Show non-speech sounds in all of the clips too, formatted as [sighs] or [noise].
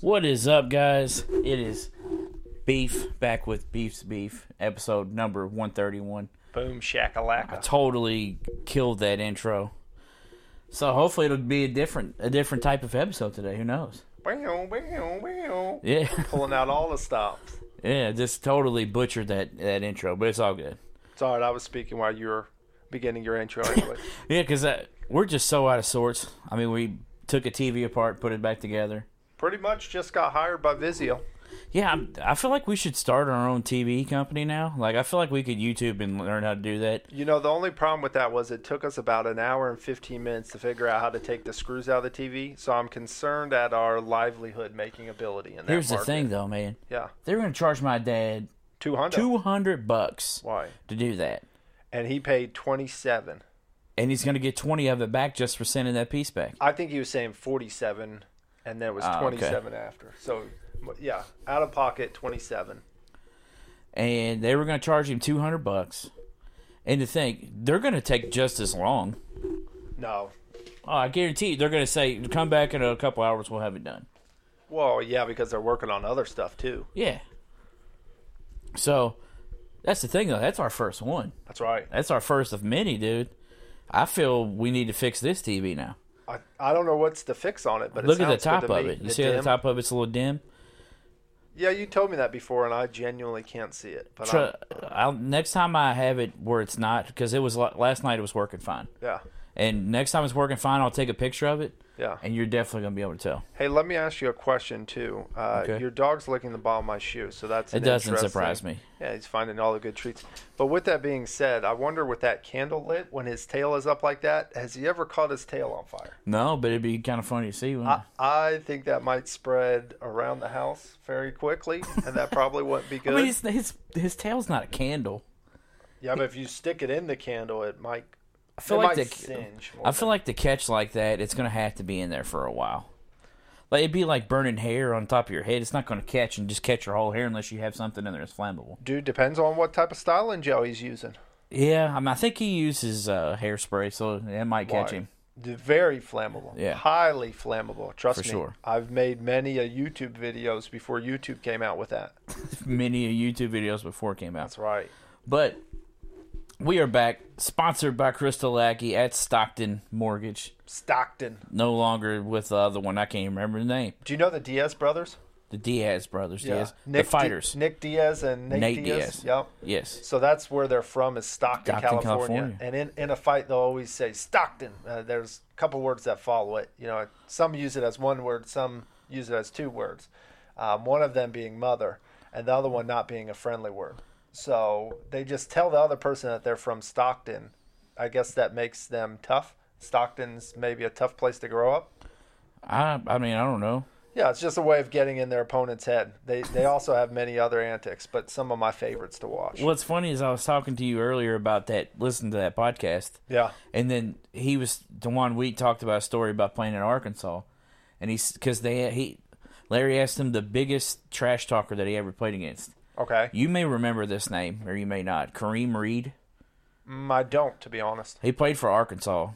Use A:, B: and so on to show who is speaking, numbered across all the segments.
A: What is up, guys? It is Beef back with Beef's Beef, episode number 131.
B: Boom shakalaka.
A: Totally killed that intro. So hopefully it'll be a different a different type of episode today. Who knows?
B: Wow, wow, wow.
A: Yeah, [laughs]
B: Pulling out all the stops.
A: yeah, just totally butchered that that intro, but it's all good.
B: It's all right. I was speaking while you were beginning your intro
A: [laughs]
B: anyway.
A: Yeah, because we're just so out of sorts. I mean, we took a TV apart, put it back together.
B: Pretty much just got hired by Vizio.
A: Yeah, I'm, I feel like we should start our own TV company now. Like, I feel like we could YouTube and learn how to do that.
B: You know, the only problem with that was it took us about an hour and 15 minutes to figure out how to take the screws out of the TV. So I'm concerned at our livelihood making ability in that
A: Here's the
B: market.
A: thing, though, man.
B: Yeah.
A: They're gonna charge my dad
B: 200.
A: two hundred bucks
B: Why?
A: to do that,
B: And he paid 27.
A: and he's gonna get twenty of it back just for sending that piece back.
B: I think he was saying 47 and then it was
A: Ah, okay.
B: 27 after. So yeah, out of pocket 27.
A: And they were gonna charge him two hundred bucks. And to think they're gonna take just as long.
B: No,
A: Oh, I guarantee you, they're gonna say, "Come back in a couple hours, we'll have it done."
B: Well, yeah, because they're working on other stuff too.
A: Yeah. So, that's the thing, though. That's our first one.
B: That's right.
A: That's our first of many, dude. I feel we need to fix this TV now.
B: I, I don't know what's the fix on it, but
A: Look
B: it
A: at the
B: sounds
A: top
B: good to
A: of
B: me.
A: it. You see how the
B: dim-
A: top of it's a little dim.
B: Yeah, you told me that before, and I genuinely can't see it. But
A: Tru
B: I'm-
A: I'll, next time I have it where it's not, because it was la- last night. It was working fine,
B: yeah,
A: and next time it's working fine, I'll take a picture of it,
B: yeah.
A: and you're definitely gonna be able to tell.
B: Hey, let me ask you a question too. Uh,
A: Okay.
B: Your dog's licking the bottom of my shoe, so that's
A: It
B: an
A: doesn't
B: interesting-
A: surprise me.
B: Yeah, he's finding all the good treats. But with that being said, I wonder with that candle lit when his tail is up like that, has he ever caught his tail on fire?
A: No, but it'd be kind of funny to see. wouldn't
B: I, I think that might spread around the house very quickly, and that probably wouldn't be
A: it? [laughs]
B: good.
A: I mean, his, his his tail's not a candle.
B: Yeah, but if you stick it in the candle, it might. I
A: feel
B: feel
A: like
B: like
A: the-
B: singe. more
A: I feel like to catch like that, it's gonna have to be in there for a while. Like it'd be like burning hair on top of your head. It's not gonna catch and just catch your whole hair unless you have something in there that's flammable.
B: than- dude depends on what type of styling gel he's using.
A: Yeah, I mean, I think he uses uh, hairspray, so it might catch
B: Why?
A: him.
B: D- Very flammable.
A: Yeah.
B: Highly flammable. Trust
A: For
B: me.
A: sure.
B: I've made many a YouTube videos before YouTube came out with that.
A: Many YouTube videos before it came out.
B: That's right.
A: But we are back, sponsored by Crystal Lackey at Stockton Mortgage.
B: Stockton.
A: No longer with the other one. I can't even remember the name.
B: Do you know the Diaz brothers?
A: The Diaz brothers. Diaz.
B: Nick
A: the
B: Di-
A: fighters.
B: Nick Diaz and Nate,
A: Nate
B: Diaz.
A: Diaz.
B: Yep.
A: yes.
B: So that's where they're from is Stockton,
A: Stockton, California.
B: California. And in, in a fight, they'll always say Stockton. Uh, there's a couple words that follow it. You know, some use it as one word, some use it as two words. Um, one of them being mother, and the other one not being a friendly word. So they just tell the other person that they're from Stockton. I guess that makes them tough. Stockton's maybe a tough place to grow up.
A: I, I mean, I don't know.
B: Yeah, it's just a way of getting in their opponent's head. They they also have many other antics, but some of my favorites to watch.
A: What's funny is I was talking to you earlier about that, listening to that podcast.
B: Yeah.
A: And then he was Dewan Wheat talked about a story about playing in Arkansas, and he's because they he Larry asked him the biggest trash talker that he ever played against.
B: Okay.
A: You may remember this name or you may not. Kareem Reed.
B: Mm, I don't, to be honest.
A: He played for Arkansas,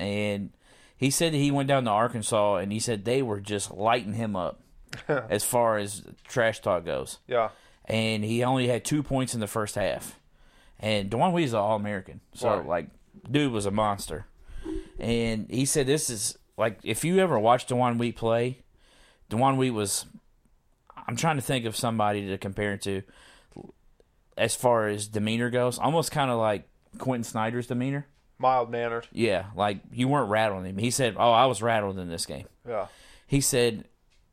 A: and he said that he went down to Arkansas and he said they were just lighting him up as far as trash talk goes.
B: Yeah.
A: And he only had two points in the first half. And Dewan Wee's an All American, so
B: Right.
A: like, dude was a monster. And he said this is like if you ever watched Dewan Wheat play, Dewan Wheat was. I'm trying to think of somebody to compare it to, as far as demeanor goes, almost kind of like Quentin Snyder's demeanor.
B: Mild mannered.
A: Yeah, like you weren't rattling him. He said, "Oh, I was rattled in this game."
B: Yeah.
A: He said,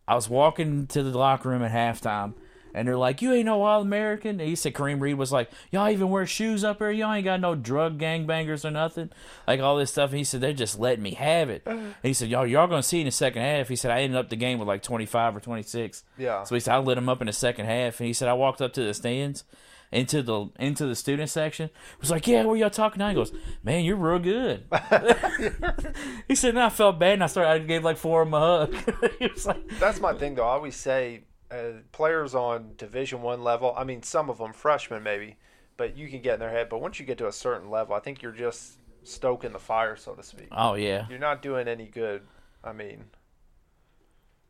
A: "I was walking to the locker room at halftime." And they're like, you ain't no all American. And he said Kareem Reed was like, y'all even wear shoes up here. Y'all ain't got no drug gangbangers or nothing, like all this stuff. And he said they're just letting me have it. And he said y'all y'all gonna see in the second half. He said I ended up the game with like 25 or 26.
B: Yeah.
A: So he said I lit him up in the second half. And he said I walked up to the stands, into the into the student section. Was like, yeah, where y'all talking? Now he goes, man, you're real good. He said, "No, I felt bad, and I started. I gave like four of them a hug." [laughs] he was like,
B: That's my thing, though. I always say uh, players on Division One level. I mean, some of them freshmen maybe, but you can get in their head. But once you get to a certain level, I think you're just stoking the fire, so to speak.
A: "Oh yeah,
B: You're not doing any good. I mean,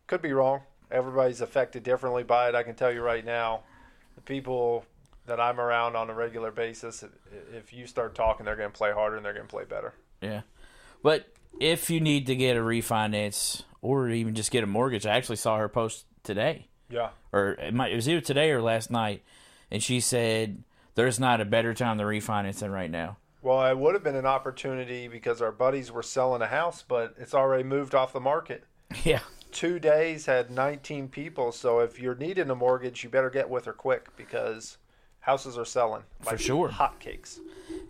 B: could be wrong. Everybody's affected differently by it. I can tell you right now, the people that I'm around on a regular basis, i- if you start talking, they're going to play harder and they're going to play better.
A: Yeah. But if you need to get a refinance or even just get a mortgage, I actually saw her post today,
B: Yeah.
A: or it, might, it was either today or last night, and she said there's not a better time to refinance than right now.
B: Well, it would have been an opportunity because our buddies were selling a house, but it's already moved off the market.
A: [laughs] Yeah.
B: Two days had 19 people. So if you're needing a mortgage, you better get with her quick because houses are selling like
A: sure.
B: hotcakes.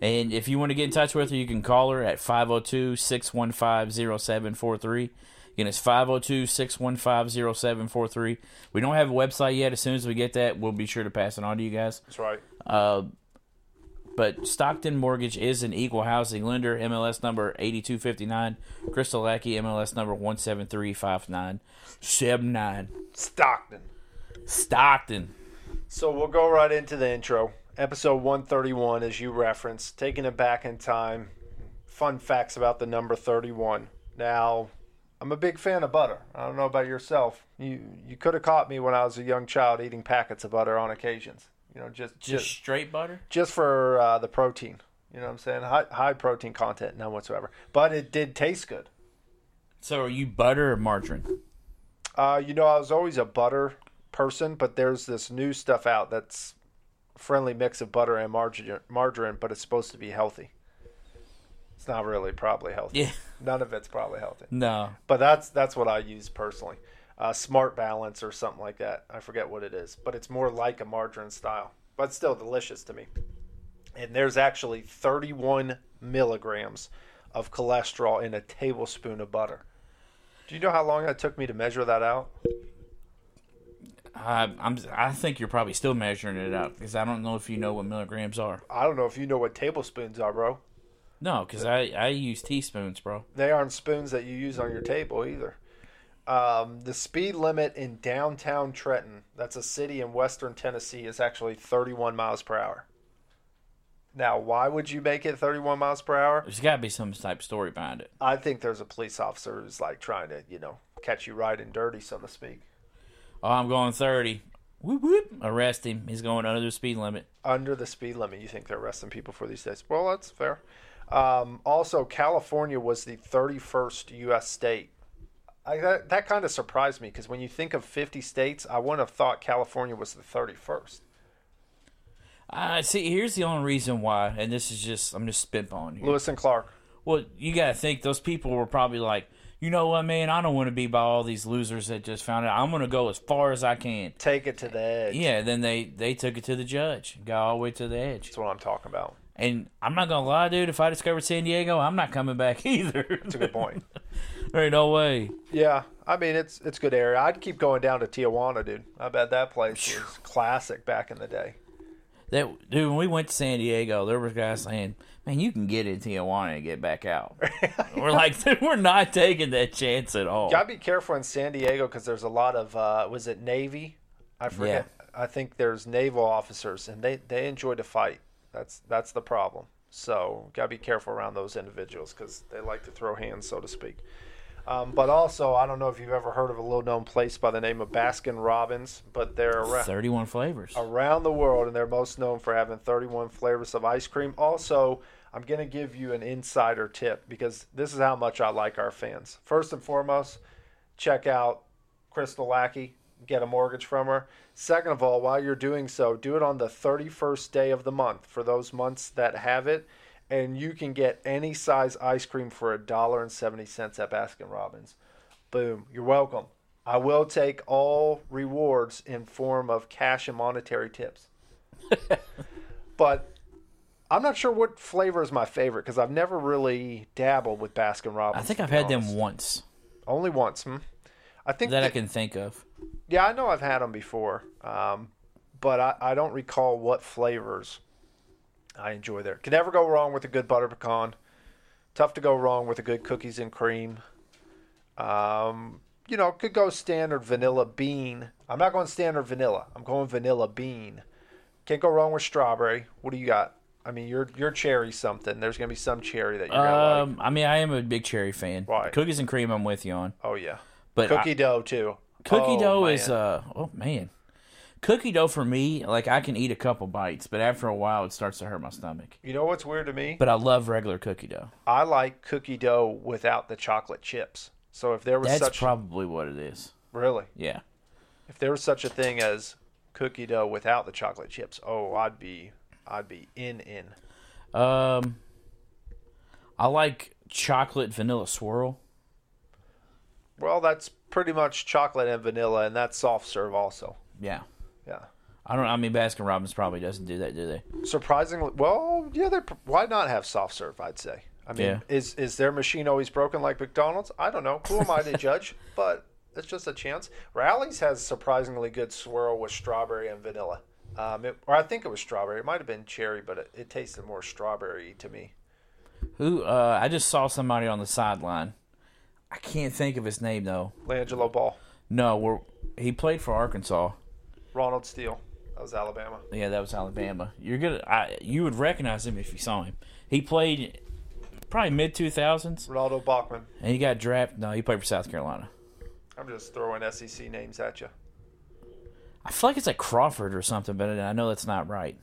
A: And if you want to get in touch with her, you can call her at 502 615 0743. Again, it's 502 615 0743. We don't have a website yet. As soon as we get that, we'll be sure to pass it on to you guys.
B: That's right.
A: But Stockton Mortgage is an equal housing lender, MLS number 8259. Crystal Lackey, MLS number 1735979.
B: Stockton.
A: Stockton.
B: So we'll go right into the intro. Episode 131, as you referenced, taking it back in time. Fun facts about the number 31. Now, I'm a big fan of butter. I don't know about yourself. You you could have caught me when I was a young child eating packets of butter on occasions. You know, just
A: Just
B: just
A: straight butter?
B: just for uh, the protein. You know what I'm saying? High, high protein content, none whatsoever. But it did taste good.
A: So are you butter or margarine?
B: Uh, you know, I was always a butter person, but there's this new stuff out that's friendly mix of butter and margarine, margarine but it's supposed to be healthy. It's not really probably healthy.
A: Yeah.
B: None of it's probably healthy.
A: No.
B: But that's that's what I use personally. Uh, Smart Balance or something like that. I forget what it is, but it's more like a margarine style, but still delicious to me. And there's actually 31 milligrams of cholesterol in a tablespoon of butter. Do you know how long it took me to measure that out?
A: I, I'm, I think you're probably still measuring it out because I don't know if you know what milligrams are.
B: I don't know if you know what tablespoons are, bro.
A: No, because I, I use teaspoons, bro.
B: They aren't spoons that you use on your table either. Um, the speed limit in downtown Trenton, that's a city in western Tennessee, is actually 31 miles per hour. Now, why would you make it 31 miles per hour?
A: There's got to be some type of story behind it.
B: I think there's a police officer who's like trying to, you know, catch you riding dirty, so to speak.
A: Oh, I'm going 30. Whoop, whoop. Arrest him. He's going under the speed limit.
B: under the speed limit. You think they're arresting people for these days? Well, that's fair. Um, also, California was the 31st U.S. state. I, that that kind of surprised me because when you think of 50 states, I wouldn't have thought California was the 31st.
A: Uh, see, here's the only reason why, and this is just I'm just spitballing here.
B: Lewis and Clark.
A: Well, you gotta think those people were probably like, you know what, man, I don't want to be by all these losers that just found out. I'm gonna go as far as I can.
B: Take it to the edge.
A: Yeah, then they they took it to the judge, got all the way to the edge.
B: That's what I'm talking about.
A: And I'm not gonna lie, dude. If I discovered San Diego, I'm not coming back [laughs] either.
B: That's a good point.
A: There ain't no way.
B: yeah, I mean it's it's good area. I'd keep going down to Tijuana, dude. I bet that place was classic back in the day.
A: That dude, when we went to San Diego, there was guys saying, "Man, you can get in Tijuana and get back out." we're like, [laughs] dude, we're not taking that chance at all.
B: Gotta be careful in San Diego because there's a lot of uh, was it Navy? I forget. I think there's naval officers, and they they enjoy to fight. That's that's the problem. So gotta be careful around those individuals because they like to throw hands, so to speak. Um, but also, I don't know if you've ever heard of a little known place by the name of Baskin Robbins, but they're around,
A: Thirty-one flavors.
B: around the world, and they're most known for having 31 flavors of ice cream. Also, I'm going to give you an insider tip because this is how much I like our fans. First and foremost, check out Crystal Lackey, get a mortgage from her. Second of all, while you're doing so, do it on the 31st day of the month for those months that have it. And you can get any size ice cream for $1.70 at Baskin Robbins. Boom. You're welcome. I will take all rewards in form of cash and monetary
A: [laughs]
B: tips. but I'm not sure what flavor is my favorite because I've never really dabbled with Baskin
A: I
B: Robbins.
A: think
B: to
A: I've
B: be
A: had them
B: honest.
A: once
B: only once. Hmm? I think
A: that I
B: that-
A: can think of.
B: yeah, I know I've had them before, um, but I, I don't recall what flavors I enjoy there. Can never go wrong with a good butter pecan. Tough to go wrong with a good cookies and cream. Um, you know, could go standard vanilla bean. I'm not going standard vanilla. I'm going vanilla bean. Can't go wrong with strawberry. What do you got? I mean, you're you're cherry something. There's gonna be some cherry that you're gonna like.
A: Um, I mean, I am a big cherry fan.
B: Right.
A: Cookies and cream, I'm with you on.
B: Oh yeah,
A: But Uh, I-
B: cookie dough too.
A: Cookie
B: Oh,
A: dough
B: man.
A: is uh oh man. Cookie dough for me, like I can eat a couple bites, but after a while it starts to hurt my stomach.
B: You know what's weird to me?
A: But I love regular cookie dough.
B: I like cookie dough without the chocolate chips. So if there was
A: That's
B: such
A: probably what it is.
B: really,
A: Yeah.
B: if there was such a thing as cookie dough without the chocolate chips, oh, I'd be I'd be in in.
A: Um I like chocolate vanilla swirl.
B: Well, that's pretty much chocolate and vanilla, and that's soft serve also.
A: Yeah.
B: Yeah.
A: I don't I mean Baskin Robbins probably doesn't do that, do they?
B: Surprisingly, well, yeah, they why not have soft serve? I'd say. I mean,
A: Yeah.
B: is is their machine always broken like McDonald's? I don't know. Who am
A: [laughs]
B: I to judge? But it's just a chance. Rally's has surprisingly good swirl with strawberry and vanilla. Um, it, or I think it was strawberry. It might have been cherry, but it, it tasted more strawberry to me.
A: Who uh I just saw somebody on the sideline. I can't think of his name though.
B: Langelo Ball,
A: No, we're, he played for Arkansas.
B: Ronald Steele. That was Alabama.
A: Yeah, that was Alabama. You're gonna, I, you would recognize him if you saw him. He played probably mid two thousands,
B: Ronaldo Bachman.
A: and he got drafted. No, he played for South Carolina.
B: I'm just throwing SEC names at you.
A: I feel like it's like Crawford or something, but I know that's not right.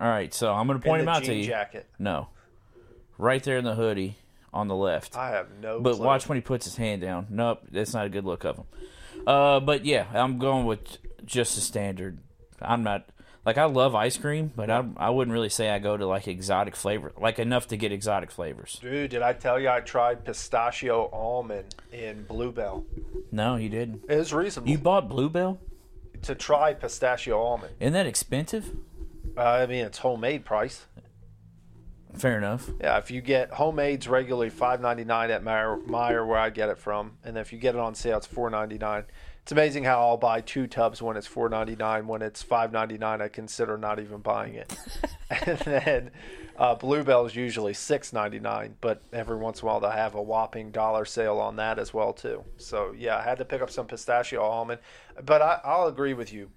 A: All right, so I'm gonna point
B: In
A: him
B: the
A: out to
B: jean
A: you.
B: jacket.
A: No, right there in the hoodie on the left.
B: I have no.
A: But
B: clue.
A: watch when he puts his hand down. Nope, that's not a good look of him. Uh, but yeah, I'm going with just the standard. I'm not like I love ice cream, but I I wouldn't really say I go to like exotic flavor, like enough to get exotic flavors.
B: Dude, did I tell you I tried pistachio almond in Bluebell?
A: No, you didn't.
B: It was reasonable
A: You bought Bluebell?
B: to try pistachio almond.
A: Isn't that expensive?
B: Uh, I mean, it's homemade price.
A: Fair enough.
B: Yeah, if you get homemade's regularly five ninety nine at Meyer, Meyer, where I get it from, and if you get it on sale, it's four ninety nine. It's amazing how I'll buy two tubs when it's four ninety nine. When it's five ninety nine, I consider not even buying it. [laughs] and then uh, Bluebell's usually six ninety nine, but every once in a while they'll have a whopping dollar sale on that as well too. So yeah, I had to pick up some pistachio almond, but I, I'll agree with you.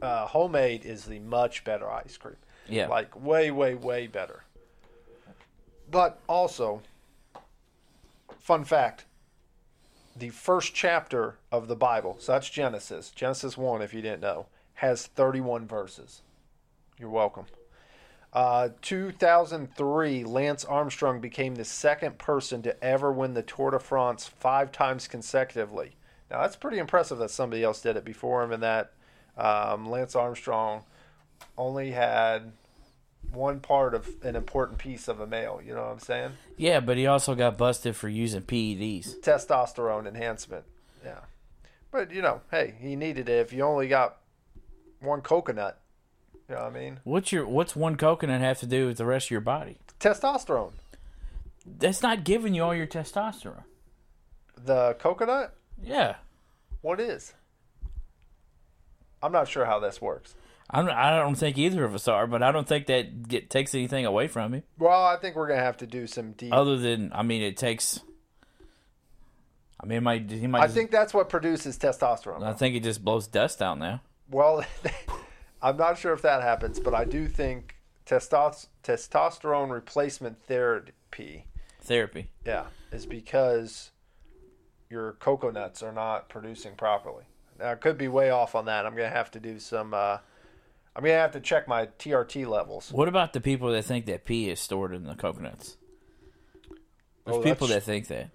B: Uh, homemade is the much better ice cream.
A: Yeah.
B: Like way, way, way better. But also, fun fact the first chapter of the Bible, so that's Genesis, Genesis 1, if you didn't know, has 31 verses. You're welcome. Uh, 2003, Lance Armstrong became the second person to ever win the Tour de France five times consecutively. Now, that's pretty impressive that somebody else did it before him, and that um, Lance Armstrong only had one part of an important piece of a male. You know what I'm saying?
A: Yeah, but he also got busted for using E PEDs.
B: Testosterone enhancement. Yeah. But, you know, hey, he needed it if you only got one coconut. You know what I mean?
A: What's your what's one coconut have to do with the rest of your body?
B: Testosterone.
A: That's not giving you all your testosterone.
B: The coconut?
A: Yeah.
B: What is? I'm not sure how this works.
A: I'm, I don't think either of us are, but I don't think that get, takes anything away from him.
B: Well, I think we're going to have to do some deep.
A: Other than, I mean, it takes. I mean, it might he might.
B: I
A: just-
B: think that's what produces testosterone.
A: I think it just blows dust out now.
B: Well, [laughs] I'm not sure if that happens, but I do think testos- testosterone replacement therapy,
A: Therapy.
B: yeah, is because your coconuts are not producing properly. Now, I could be way off on that. I'm going to have to do some, uh, I'm going to have to check my TRT levels.
A: What about the people that think that pee is stored in the coconuts? There's
B: Oh,
A: people that
B: that's-
A: think that.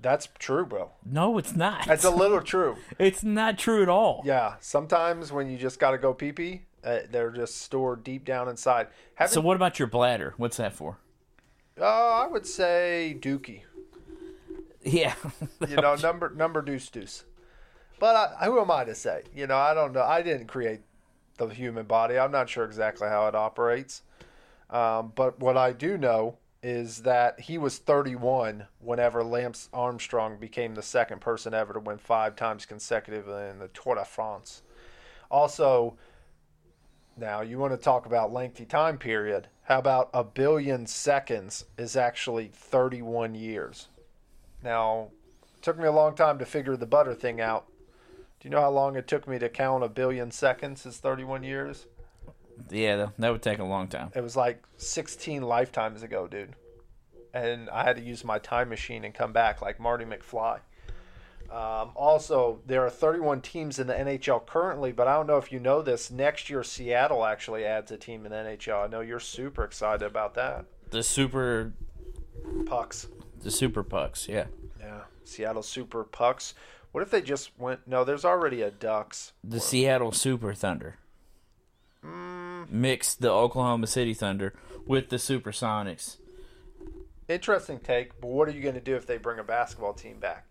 B: That's true, bro.
A: No, it's not.
B: That's a little true.
A: [laughs] it's not true at all.
B: Yeah. Sometimes when you just got to go pee pee, uh, they're just stored deep down inside. Haven't,
A: So what about your bladder? What's that for?
B: uh, I would say dookie.
A: Yeah.
B: you know, number number deuce deuce. But I, who am I to say? You know, I don't know. I didn't create the human body. I'm not sure exactly how it operates. Um, but what I do know is that he was 31 whenever Lance Armstrong became the second person ever to win five times consecutively in the Tour de France. Also, now you want to talk about lengthy time period. How about a billion seconds is actually 31 years? Now, it took me a long time to figure the butter thing out. Do you know how long it took me to count a billion seconds is 31 years?
A: [laughs] yeah, tha- that would take a long time.
B: It was like 16 lifetimes ago, dude. And I had to use my time machine and come back like Marty McFly. Um, also, there are 31 teams in the NHL currently, but I don't know if you know this. Next year, Seattle actually adds a team in the NHL. I know you're super excited about that.
A: The super
B: Pucks.
A: the super pucks, yeah.
B: Yeah. Seattle Super Pucks. What if they just went? No, there's already a Ducks.
A: The Seattle Super Thunder.
B: Mm.
A: Mixed the Oklahoma City Thunder with the Supersonics.
B: Interesting take, but what are you going to do if they bring a basketball team back?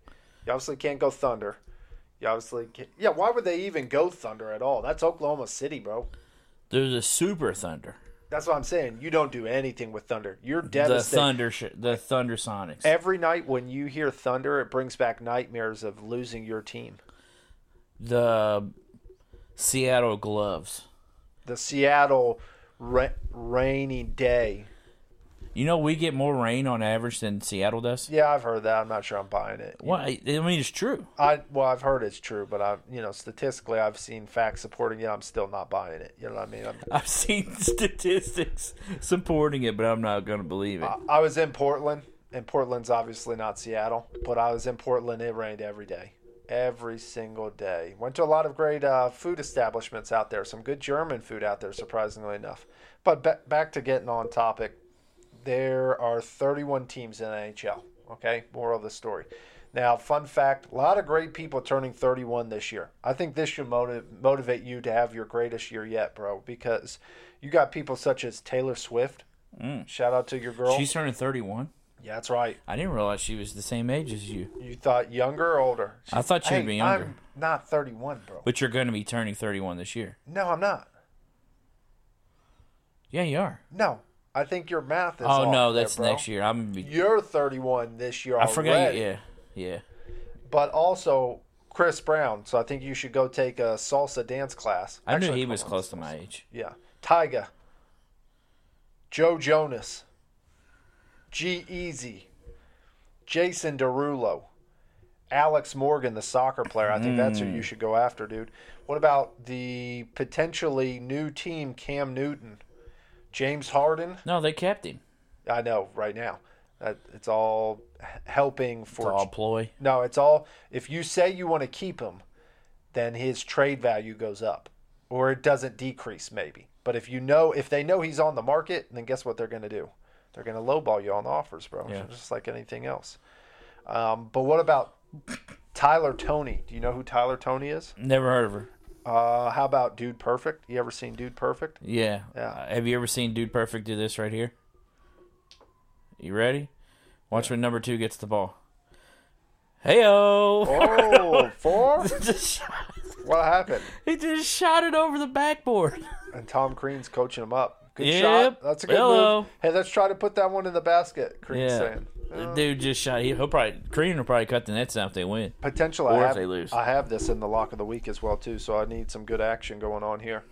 B: You obviously can't go Thunder. You obviously can't. Yeah, why would they even go Thunder at all? That's Oklahoma City, bro.
A: They're the Super Thunder.
B: That's what I'm saying. You don't do anything with Thunder. You're
A: The
B: devastated.
A: Thunder, sh- the Thunder Sonics.
B: Every night when you hear Thunder, it brings back nightmares of losing your team.
A: the Seattle Gloves.
B: The Seattle ra- rainy day.
A: You know we get more rain on average than Seattle does.
B: Yeah, I've heard that. I'm not sure I'm buying it.
A: Well, I I mean it's true. [laughs]
B: I well, I've heard it's true, but I, you know, statistically, I've seen facts supporting it. I'm still not buying it. You know what I mean? I'm,
A: I've seen [laughs] statistics supporting it, but I'm not gonna believe it.
B: I was in Portland, and Portland's obviously not Seattle, but I was in Portland. It rained every day, every single day. Went to a lot of great uh, food establishments out there. Some good German food out there, surprisingly enough. But ba- back to getting on topic, there are 31 teams in the NHL. Okay, moral of the story. Now, fun fact: a lot of great people turning 31 this year. I think this should motiv- motivate you to have your greatest year yet, bro, because you got people such as Taylor Swift. Shout out to your girl.
A: She's turning 31.
B: Yeah, that's right.
A: I didn't realize she was the same age as you.
B: You thought younger or older?
A: I thought she'd
B: Hey,
A: be younger.
B: I'm not 31, bro.
A: But you're going to be turning 31 this year.
B: No, I'm not.
A: Yeah, you are.
B: No, I think your math is.
A: oh
B: off
A: no,
B: there,
A: that's
B: bro.
A: next year. I'm. Gonna be,
B: You're 31 this year.
A: I forgot.
B: already.
A: you- Yeah, yeah.
B: But also Chris Brown, so I think you should go take a salsa dance class.
A: I knew
B: Actually,
A: he
B: hold
A: was
B: on.
A: close to my age.
B: Yeah, Tyga, Joe Jonas, G Easy, Jason Derulo, Alex Morgan, the soccer player. I think that's who
A: Hmm.
B: you should go after, dude. What about the potentially new team, Cam Newton, James Harden?
A: No, they kept him.
B: I know right now. That it's all h- helping
A: It's
B: for
A: all ploy.
B: no, it's all if you say you want to keep him, then his trade value goes up or it doesn't decrease maybe. But if you know if they know he's on the market, then guess what they're going to do? They're going to lowball you on the offers, bro.
A: Yeah.
B: Just like anything else. Um, but what about Tyler Tony? Do you know who Tyler Tony is?
A: Never heard of her.
B: Uh, how about Dude Perfect? You ever seen Dude Perfect?
A: [laughs] Yeah.
B: Yeah.
A: Uh, have you ever seen Dude Perfect do this right here? You ready? Watch when number two gets the ball. Heyo! [laughs]
B: Oh, four?
A: Just sh-
B: What happened?
A: he just shot it over the
B: [laughs]
A: backboard.
B: And Tom Crean's coaching him up. Good
A: Yep.
B: shot. That's a good
A: Hello.
B: move. Hey, let's try to put that one in the basket. Crean's
A: Yeah.
B: saying.
A: The dude just shot. He, will probably Korean will probably cut the nets out if they win.
B: potential.
A: Or
B: I
A: if
B: have,
A: they lose.
B: I have this in the lock of the week as well too, so I need some good action going on here.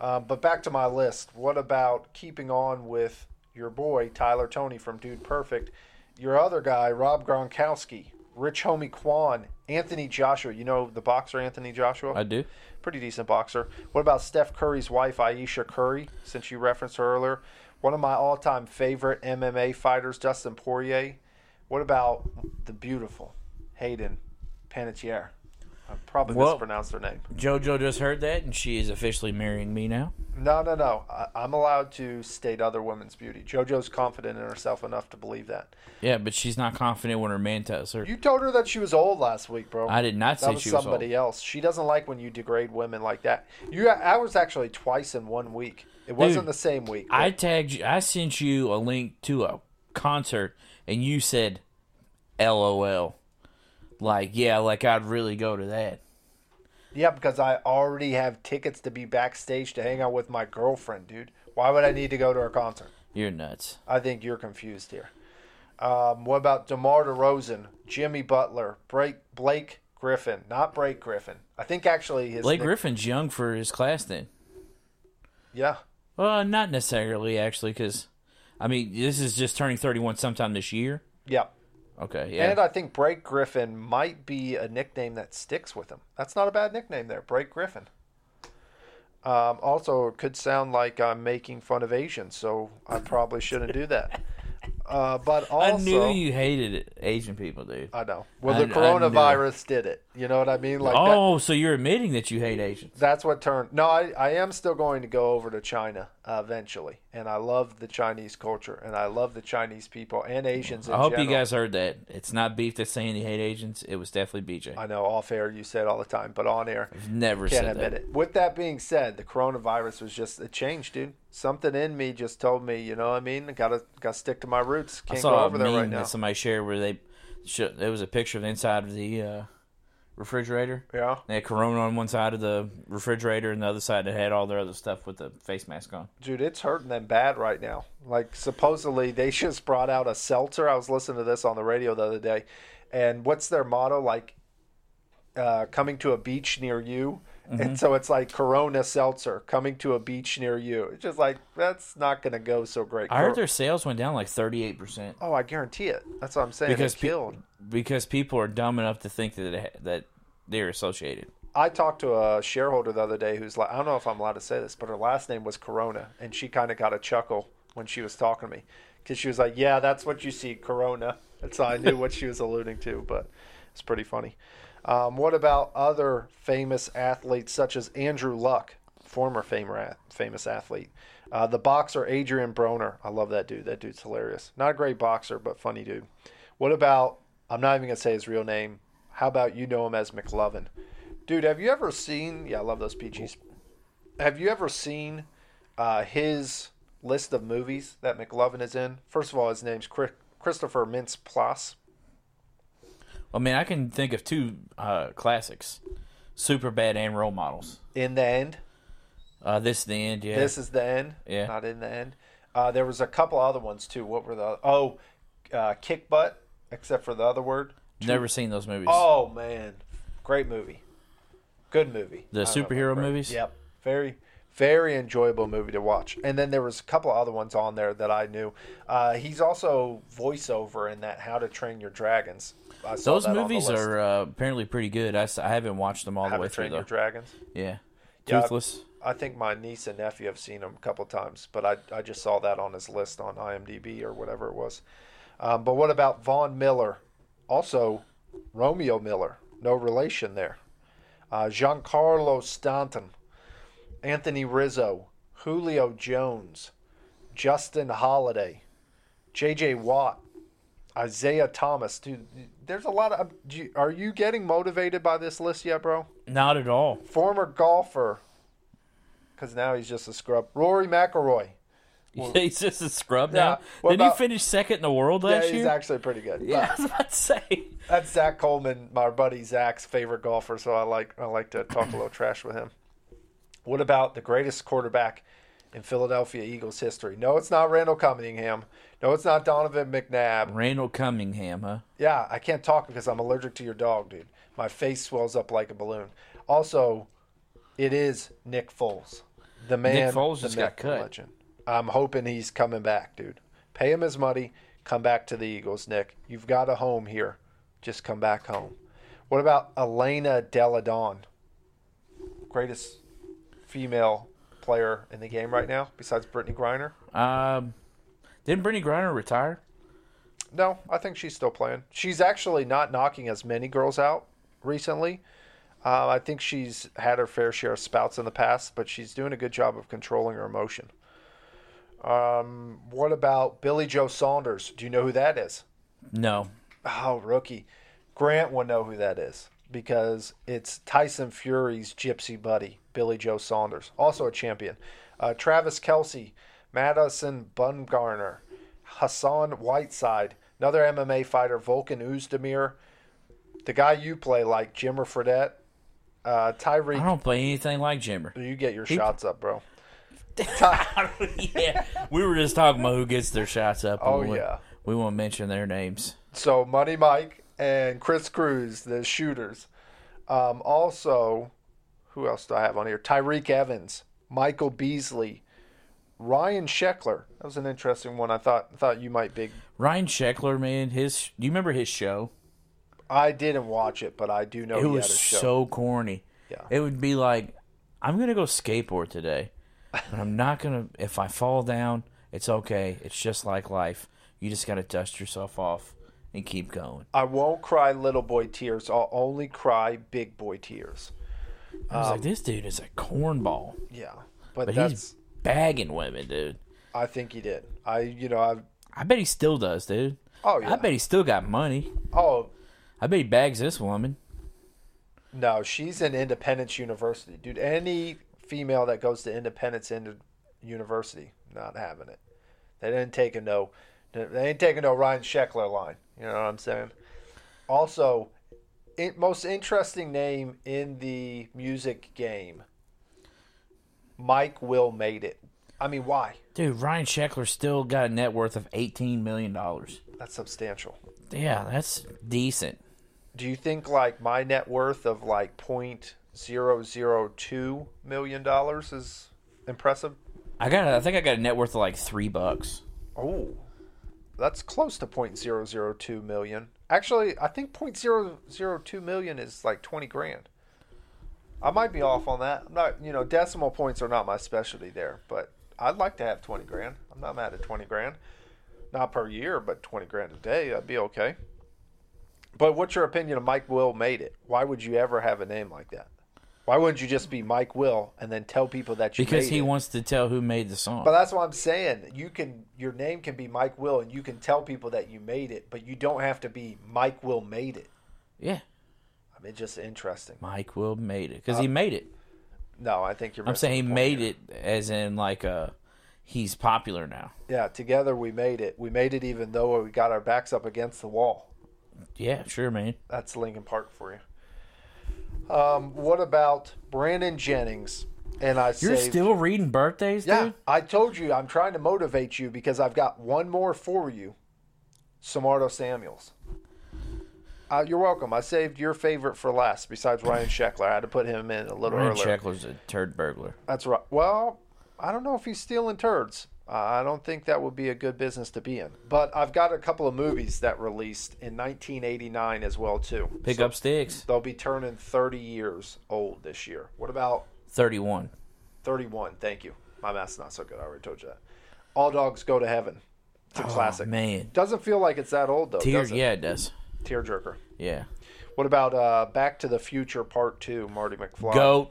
B: Um, but back to my list. What about keeping on with your boy Tyler Tony from Dude Perfect? Your other guy Rob Gronkowski, Rich Homie Quan, Anthony Joshua. You know the boxer Anthony Joshua.
A: I do.
B: Pretty decent boxer. What about Steph Curry's wife Aisha Curry? Since you referenced her earlier, one of my all-time favorite MMA fighters, Dustin Poirier. What about the beautiful Hayden Panettiere? I probably
A: Well-
B: mispronounced her name.
A: JoJo just heard that, and she is officially marrying me now.
B: No, no, no. I, I'm allowed to state other women's beauty. JoJo's confident in herself enough to believe that.
A: Yeah, but she's not confident when her man tells her.
B: You told her that she was old last week, bro.
A: I did not
B: That
A: say
B: was
A: she was
B: somebody else. She doesn't like when you degrade women like that. You, I was actually twice in one week. It wasn't the same week. but-
A: I tagged you. I sent you a link to a concert, and you said, "LOL." Like, yeah, like I'd really go to that.
B: Yeah, because I already have tickets to be backstage to hang out with my girlfriend, dude. Why would I need to go to her concert?
A: You're nuts.
B: I think you're confused here. Um, what about DeMar DeRozan, Jimmy Butler, Blake, Blake Griffin? Not Blake Griffin. I think actually his
A: Blake
B: nick-
A: Griffin's young for his class then.
B: Yeah,
A: Well, not necessarily actually, because I mean, this is just turning 31 sometime this year.
B: yeah.
A: Okay, yeah.
B: And I think Blake Griffin might be a nickname that sticks with him. That's not a bad nickname there, Blake Griffin. Um, also, it could sound like I'm making fun of Asians, so I probably shouldn't do that. Uh,
A: [laughs]
B: but
A: I
B: also,
A: knew you hated it, Asian people, dude.
B: I know. Well,
A: I- I
B: the
A: knew.
B: coronavirus did it. You know what I mean? Like that,
A: oh, so you're admitting that you hate Asians?
B: that's what turned. No, I, I am still going to go over to China uh, eventually, and I love the Chinese culture, and I love the Chinese people and Asians. In
A: I hope
B: general.
A: you guys heard that. It's not beef that's saying you hate Asians. It was definitely BJ.
B: I know off air you say it all the time, but on air
A: I've never
B: can't
A: said
B: admit
A: that.
B: it. With that being said, the coronavirus was just a change, dude. Something in me just told me, you know what I mean? Got to got to stick to my roots.
A: I
B: Can't go
A: saw
B: over
A: a
B: there
A: meme
B: right now.
A: that somebody shared where they sho there was a picture of the inside of the uh, refrigerator.
B: Yeah.
A: They had Corona on one side of the refrigerator, and the other side that had all their other stuff with the face mask on.
B: Dude, it's hurting them bad right now. Like supposedly they [laughs] just brought out a seltzer. I was listening to this on the radio the other day, and what's their motto? Like, uh, coming to a beach near you,
A: Mm-hmm.
B: and so it's like Corona seltzer coming to a beach near you. It's just like that's not gonna go so great.
A: I heard their sales went down like thirty eight percent
B: oh, I guarantee it. That's what I'm saying.
A: Because
B: it
A: pe-
B: killed.
A: because people are dumb enough to think that it, ha- that they're associated.
B: I talked to a shareholder the other day who's like, I don't know if I'm allowed to say this, but her last name was Corona, and she kind of got a chuckle when she was talking to me because she was like, "Yeah, that's what you see, Corona." That's how I knew what she was alluding to, but it's pretty funny. Um, what about other famous athletes such as Andrew Luck, former famer, famous athlete, uh, the boxer Adrian Broner? I love that dude. That dude's hilarious. Not a great boxer, but funny dude. What about? I'm not even gonna say his real name. How about you know him as McLovin? Dude, have you ever seen? Yeah, I love those peaches. Have you ever seen uh, his list of movies that McLovin is in? First of all, his name's Chris, Christopher Mintz Plus.
A: I mean, I can think of two uh, classics, Super Bad and Role Models.
B: In the end,
A: Uh, this is the end, yeah.
B: this is the end.
A: Yeah.
B: Not in the end. Uh, there was a couple other ones too. What were the? Oh, uh, kick butt. Except for the other word.
A: Never seen those movies.
B: Oh man, great movie. Good movie.
A: The
B: I don't know about
A: superhero
B: great.
A: movies?
B: Yep. Very, very enjoyable movie to watch. And then there was a couple other ones on there that I knew. Uh, he's also voiceover in that How to Train Your Dragons. I saw
A: those
B: that on the
A: movies
B: list.
A: are uh, apparently pretty good. I, s- I haven't watched them all
B: How
A: the way
B: to
A: through
B: Train
A: though.
B: Your Dragons.
A: yeah.
B: Yeah, I-
A: Toothless.
B: I think my niece and nephew have seen him a couple times, but I, I just saw that on his list on IMDb or whatever it was. Um, but what about Vaughn Miller? Also, Romeo Miller, no relation there. Uh, Giancarlo Stanton, Anthony Rizzo, Julio Jones, Justin Holiday, J.J. Watt, Isaiah Thomas. Dude, there's a lot of. do you- Are you getting motivated by this list yet, bro?
A: Not at all.
B: former golfer, because now he's just a scrub. Rory McIlroy.
A: [laughs] He's just a scrub
B: Yeah.
A: now.
B: What
A: Did he
B: about-
A: finish second in the world
B: Yeah,
A: last
B: he's
A: year?
B: actually pretty
A: [laughs]
B: good.
A: Yeah, I was about to say.
B: That's Zach Coleman, my buddy Zach's favorite golfer. So I like I like to talk a little trash with him. What about the greatest quarterback in Philadelphia Eagles history? No, it's not Randall Cunningham. No, it's not Donovan McNabb.
A: Randall Cunningham, huh?
B: Yeah, I can't talk because I'm allergic to your dog, dude. My face swells up like a balloon. Also, it is Nick Foles, the man.
A: Foles
B: the
A: just got
B: myth, the
A: cut.
B: Legend. I'm hoping he's coming back, dude. Pay him his money. Come back to the Eagles, Nick. You've got a home here. Just come back home. What about Elena Deladon? Greatest female player in the game right now, besides Brittany Griner.
A: Um, didn't Brittany Griner retire?
B: No, I think she's still playing. She's actually not knocking as many girls out recently. Uh, I think she's had her fair share of spouts in the past, but she's doing a good job of controlling her emotion. Um, what about Billy Joe Saunders? Do you know who that is?
A: No.
B: Oh, rookie. Grant will know who that is because it's Tyson Fury's gypsy buddy, Billy Joe Saunders, also a champion. Uh, Travis Kelsey, Madison Bumgarner, Hassan Whiteside, another MMA fighter, Vulcan Uzdemir, the guy you play like, Jimmer Fredette, uh,
A: I
B: Tyreek.
A: don't play anything like Jimmer. [laughs]
B: You get your shots up, bro.
A: yeah, we were just talking about who gets their shots up.
B: Oh,
A: we won't-
B: yeah.
A: we won't mention their names.
B: So Money Mike and Chris Cruz, the shooters. Um, also, who else do I have on here? Tyreek Evans, Michael Beasley, Ryan Sheckler. That was an interesting one. I thought thought you might be.
A: Ryan Sheckler, man, his do you remember his show?
B: I didn't watch it, but I do know
A: It
B: he
A: was
B: had a show.
A: so corny.
B: Yeah.
A: It would be like, I'm gonna go skateboard today, but I'm not gonna. If I fall down, it's okay. It's just like life. You just got to dust yourself off and keep going.
B: I won't cry little boy tears. I'll only cry big boy tears.
A: I was like, this dude is a cornball,
B: Yeah, but,
A: but
B: Um, that's.
A: he's bagging women, dude.
B: I think he did. I, you know, I.
A: I bet he still does, dude.
B: Oh yeah.
A: I bet he still got money.
B: Oh
A: I bet he bags this woman.
B: no, she's in Independence University, dude. Any female that goes to Independence Ind- University, not having it. They didn't take a no. They ain't taking no Ryan Sheckler line. You know what I'm saying? Also, it, most interesting name in the music game. Mike Will made it. I mean, why?
A: Dude, Ryan Sheckler still got a net worth of $18 million.
B: That's substantial.
A: Yeah, that's decent.
B: Do you think like my net worth of like point zero zero two million dollars is impressive?
A: I got. I think I got a net worth of like three bucks.
B: Oh, that's close to point zero zero two million. Actually, I think point zero zero two million is like twenty grand. I might be off on that. I'm not, you know, decimal points are not my specialty there, but I'd like to have twenty grand. I'm not mad at twenty grand, not per year, but twenty grand a day. That'd be okay. But what's your opinion of Mike Will made it? Why would you ever have a name like that? Why wouldn't you just be Mike Will and then tell people that you
A: Because
B: made
A: he
B: it?
A: wants to tell who made the song.
B: But that's what I'm saying. You can your name can be Mike Will, and you can tell people that you made it, but you don't have to be Mike Will made it.
A: yeah,
B: I mean, just interesting.
A: Mike Will made it because he made it.
B: No, I think you're.
A: I'm saying he
B: missing the point
A: made
B: here.
A: it as in like uh he's popular now.
B: Yeah, together we made it. We made it, even though we got our backs up against the wall.
A: Yeah, sure, man.
B: That's Lincoln Park for you. Um, what about Brandon Jennings? And I
A: You're
B: saved-
A: still reading birthdays,
B: Yeah,
A: dude.
B: I told you I'm trying to motivate you because I've got one more for you. Samardo Samuels. Uh, you're welcome. I saved your favorite for last. Besides Ryan Sheckler, I had to put him in a little
A: Ryan
B: earlier.
A: Sheckler's a turd burglar.
B: That's right. Well, I don't know if he's stealing turds. Uh, I don't think that would be a good business to be in. But I've got a couple of movies that released in 1989 as well too.
A: Pick up sticks.
B: They'll be turning 30 years old this year. What about
A: Thirty-one.
B: 31. Thank you. My math's not so good. I already told you that. All dogs go to heaven. It's a classic.
A: Oh, man.
B: Doesn't feel like it's that old though.
A: Tear.
B: does it?
A: Yeah, it does.
B: Tearjerker.
A: Yeah.
B: What about uh, Back to the Future Part Two? Marty McFly.
A: Goat.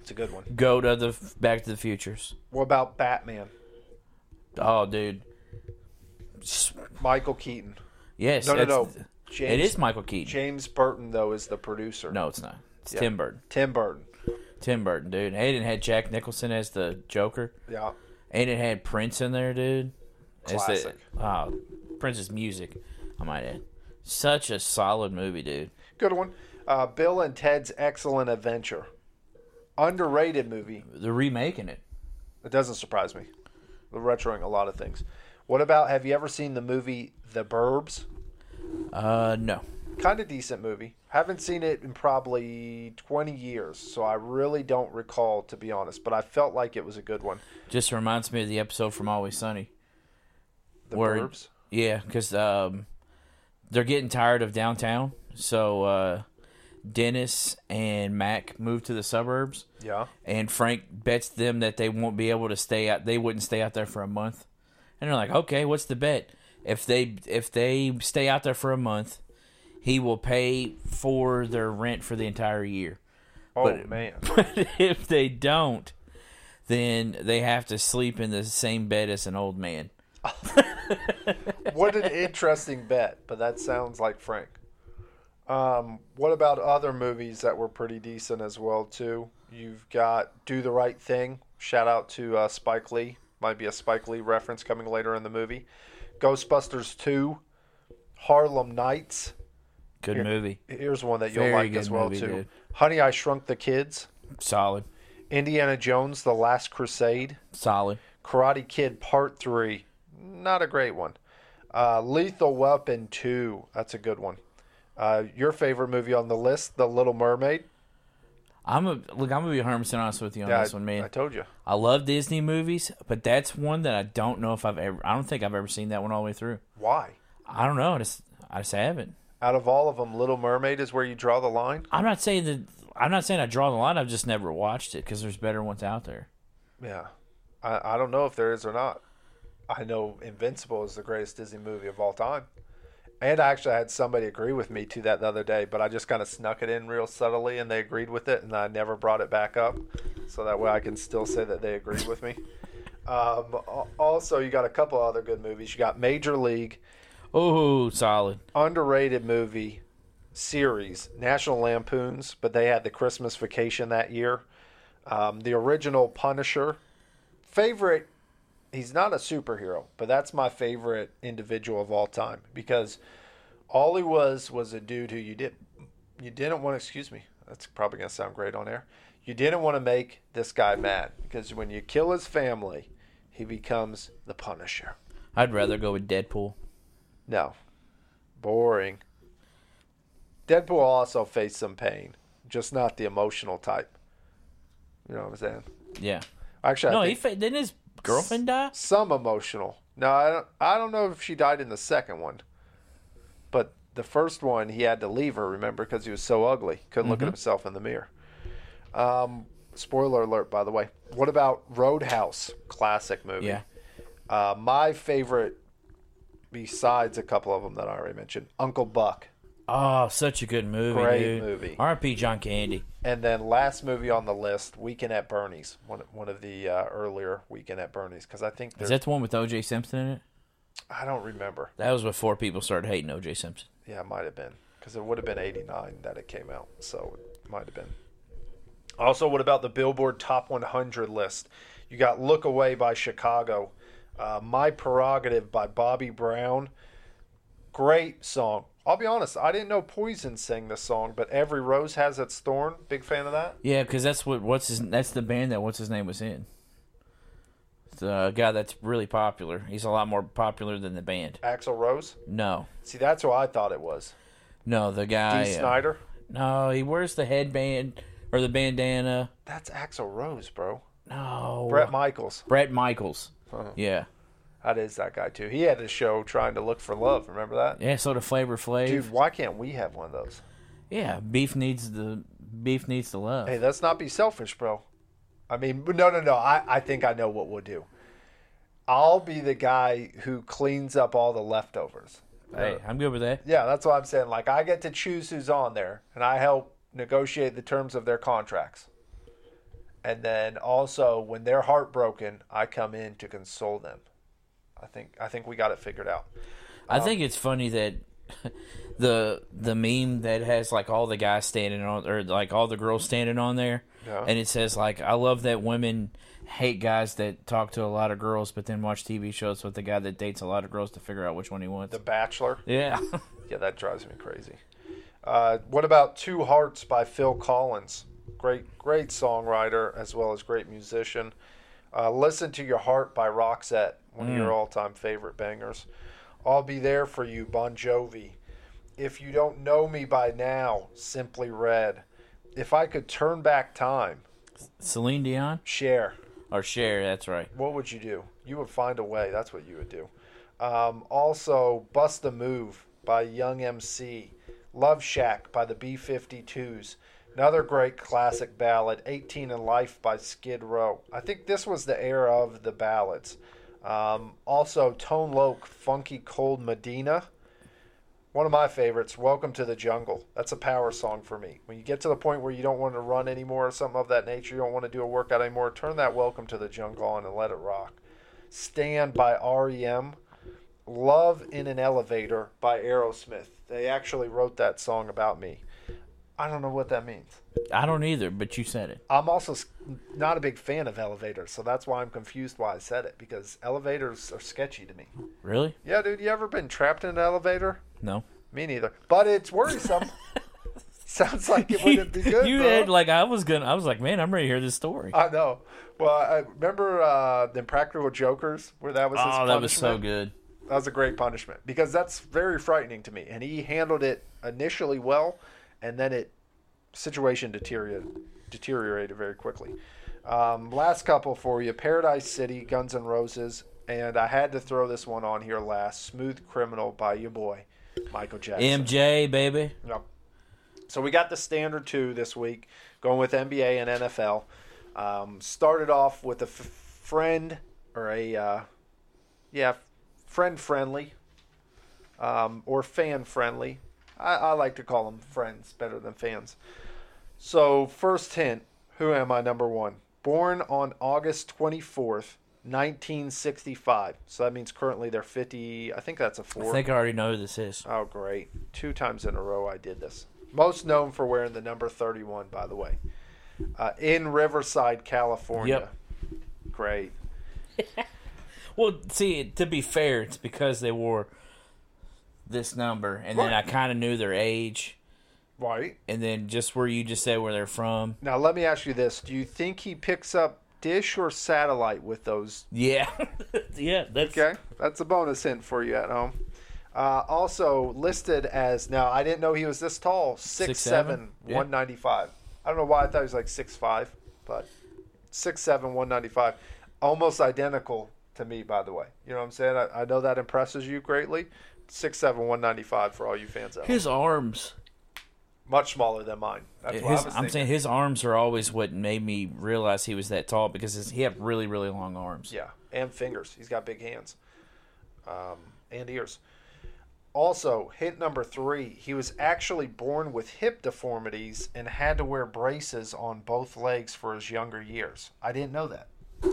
B: It's a good one.
A: Goat of the f- Back to the Futures.
B: What about Batman?
A: Oh, dude. S-
B: Michael Keaton.
A: Yes.
B: No, no,
A: that's-
B: no. James,
A: It is Michael Keaton.
B: James Burton though is the producer.
A: No, it's not. It's Tim Burton.
B: Tim Burton.
A: Tim Burton, dude. And it had Jack Nicholson as the Joker.
B: Yeah.
A: And it had Prince in there, dude. It's the-
B: Classic.
A: oh, Prince's music, I might add. Such a solid movie, dude.
B: Good one. Uh, Bill and Ted's Excellent Adventure. Underrated movie.
A: They're remaking it.
B: It doesn't surprise me. They're retroing a lot of things. What about have you ever seen the movie The Burbs?
A: Uh, no.
B: kind of decent movie. Haven't seen it in probably 20 years, so I really don't recall to be honest, but I felt like it was a good one.
A: Just reminds me of the episode from Always Sunny.
B: The
A: Word.
B: Burbs.
A: Yeah, because um, they're getting tired of downtown. So uh, Dennis and Mac moved to the suburbs.
B: Yeah.
A: and Frank bets them that they won't be able to stay out. They wouldn't stay out there for a month, and they're like, "Okay, what's the bet? If they if they stay out there for a month, he will pay for their rent for the entire year. [laughs]
B: Oh
A: But-
B: man.
A: But if they don't, then they have to sleep in the same bed as an old man.
B: what an interesting bet, but that sounds like Frank. Um, what about other movies that were pretty decent as well too? You've got Do the Right Thing. Shout out to uh, Spike Lee. Might be a Spike Lee reference coming later in the movie. Ghostbusters 2, Harlem Nights.
A: Good movie,
B: Here's one that you'll
A: Very
B: like
A: good
B: as well
A: movie,
B: too.
A: dude.
B: Honey, I Shrunk the Kids,
A: solid,
B: Indiana Jones: The Last Crusade,
A: solid.
B: Karate Kid Part Three, not a great one. Uh, Lethal Weapon Two, that's a good one. Uh, your favorite movie on the list, The Little Mermaid.
A: I'm a look. I'm gonna be 100 percent honest with you on
B: Yeah,
A: this
B: I,
A: one, man.
B: I told you.
A: I love Disney movies, but that's one that I don't know if I've ever. I don't think I've ever seen that one all the way through.
B: Why?
A: I don't know. I just, I just haven't.
B: Out of all of them, Little Mermaid is where you draw the line.
A: I'm not saying that. I'm not saying I draw the line. I've just never watched it because there's better ones out there.
B: Yeah, I, I don't know if there is or not. I know Invincible is the greatest Disney movie of all time. And I actually had somebody agree with me to that the other day, but I just kind of snuck it in real subtly and they agreed with it, and I never brought it back up. So that way I can still say that they agreed with me. Um, al- also, you got a couple other good movies. You got Major League,
A: Oh, solid.
B: underrated movie series, National Lampoons, but they had the Christmas vacation that year. Um, the original Punisher, favorite. He's not a superhero, but that's my favorite individual of all time because all he was was a dude who you did you didn't want. Excuse me, that's probably gonna sound great on air. You didn't want to make this guy mad because when you kill his family, he becomes the Punisher.
A: I'd rather go with Deadpool.
B: No. Boring. Deadpool also faced some pain, just not the emotional type. You know what I'm saying?
A: Yeah.
B: Actually,
A: No,
B: I
A: he
B: think
A: fa- didn't his girlfriend die?
B: some emotional. No, I don't. I don't know if she died in the second one, but the first one he had to leave her. Remember, because he was so ugly, couldn't look at
A: Mm-hmm.
B: himself in the mirror. Um, spoiler alert, by the way. What about Roadhouse? Classic movie.
A: Yeah.
B: Uh, my favorite, besides a couple of them that I already mentioned, Uncle Buck.
A: Oh, such a good movie,
B: Great
A: dude.
B: movie.
A: R.P. John Candy.
B: And then last movie on the list, Weekend at Bernie's, one one of the uh, earlier Weekend at Bernie's, because I think
A: Is
B: there's
A: that the one with O.J. Simpson in it?
B: I don't remember.
A: That was before people started hating O.J. Simpson.
B: Yeah, it might have been because it would have been '89 that it came out, so it might have been. Also, what about the Billboard Top 100 list? You got "Look Away" by Chicago, uh, "My Prerogative" by Bobby Brown. Great song. I'll be honest, I didn't know Poison sang this song, but "Every Rose Has Its Thorn." Big fan of that.
A: Yeah, because that's what what's his that's the band that what's his name was in. The guy that's really popular. He's a lot more popular than the band.
B: Axel Rose.
A: No,
B: See, that's who I thought it was.
A: no, the
B: D.
A: guy. uh,
B: Snyder.
A: no, he wears the headband or the bandana.
B: That's Axel Rose, bro.
A: No,
B: Brett Michaels.
A: Brett Michaels. Yeah,
B: That is that guy too. He had a show trying to look for love. Remember that?
A: yeah. So the Flavor Flav.
B: Dude, why can't we have one of those?
A: Yeah, beef needs the beef needs the love.
B: Hey, let's not be selfish, bro. I mean, no, no, no. I, I think I know what we'll do. I'll be the guy who cleans up all the leftovers.
A: Hey, I'm good with that.
B: Yeah, that's what I'm saying. Like, I get to choose who's on there, and I help negotiate the terms of their contracts. And then also, when they're heartbroken, I come in to console them. I think I think we got it figured out. Uh,
A: I think it's funny that [laughs] the the meme that has like all the guys standing on or like all the girls standing on there,
B: Yeah.
A: and it says like I love that women hate guys that talk to a lot of girls but then watch TV shows with the guy that dates a lot of girls to figure out which one he wants.
B: The Bachelor.
A: yeah, [laughs]
B: Yeah, that drives me crazy. Uh, what about Two Hearts by Phil Collins? Great, great songwriter as well as great musician. Uh, Listen to Your Heart by Roxette, one of your all time favorite bangers. I'll Be There for You, Bon Jovi. If You Don't Know Me by Now, Simply Red. If I Could Turn Back Time,
A: Celine Dion
B: Share.
A: or Cher. That's right.
B: What would you do? You would find a way. That's what you would do. Um, also, Bust a Move by Young MC. Love Shack by the B 52s. Another great classic ballad, 18 in Life by Skid Row. I think this was the era of the ballads. Um, also, Tone Loc, Funky Cold Medina. One of my favorites, Welcome to the Jungle. That's a power song for me. When you get to the point where you don't want to run anymore or something of that nature, you don't want to do a workout anymore, turn that Welcome to the Jungle on and let it rock. Stand by REM. Love in an Elevator by Aerosmith. They actually wrote that song about me. I don't know what that means.
A: I don't either, but you said it.
B: I'm also s- not a big fan of elevators, so that's why I'm confused why I said it because elevators are sketchy to me.
A: Really?
B: Yeah, dude, you ever been trapped in an elevator?
A: No.
B: Me neither. But it's
A: [laughs]
B: worrisome. Sounds like it wouldn't be good.
A: you
B: bro.
A: had like I was gonna. I was like, man, I'm ready to hear this story.
B: I know. Well, I remember uh, the Impractical Jokers, where that was his
A: oh,
B: punishment.
A: that was so good.
B: That was a great punishment because that's very frightening to me. And he handled it initially well, and then it situation deteriorated deteriorated very quickly. Um, last couple for you: Paradise City, Guns N' Roses, and I had to throw this one on here last: Smooth Criminal by your boy Michael Jackson.
A: MJ, baby.
B: Yep. So we got the standard two this week, going with NBA and NFL. Um, started off with a f- friend or a uh, yeah, friend friendly, um, or fan friendly. I, I like to call them friends better than fans. So, first hint who am I, number one? Born on August 24th, 1965. So that means currently they're 50. I think that's a
A: I
B: four.
A: think I already know who this is.
B: Oh, great. Two times in a row I did this. Most known for wearing the number 31, by the way. Uh, in Riverside, California. Great.
A: Well, see, to be fair, it's because they wore this number, and then I
B: Right.
A: kind of knew their age,
B: Right.
A: and then just where you just said where they're from.
B: Now, let me ask you this Do you think he picks up dish or satellite with those
A: Yeah, [laughs] yeah, that's
B: Okay, that's a bonus hint for you at home. Uh, also listed as now, I didn't know he was this tall, six seven,
A: 6'7"? Yeah.
B: one ninety five. I don't know why I thought he was like six five, but six seven, one ninety five, almost identical to me. By the way, you know what I'm saying? I, I know that impresses you greatly. Six seven, one ninety five for all you fans out. there.
A: his arms.
B: Much smaller than mine. That's what
A: His,
B: I was
A: I'm
B: thinking.
A: saying his arms are always what made me realize he was that tall because his, he had really, really long arms.
B: Yeah, and fingers. He's got big hands, um, and ears. Also, hint number three: he was actually born with hip deformities and had to wear braces on both legs for his younger years. I didn't know that.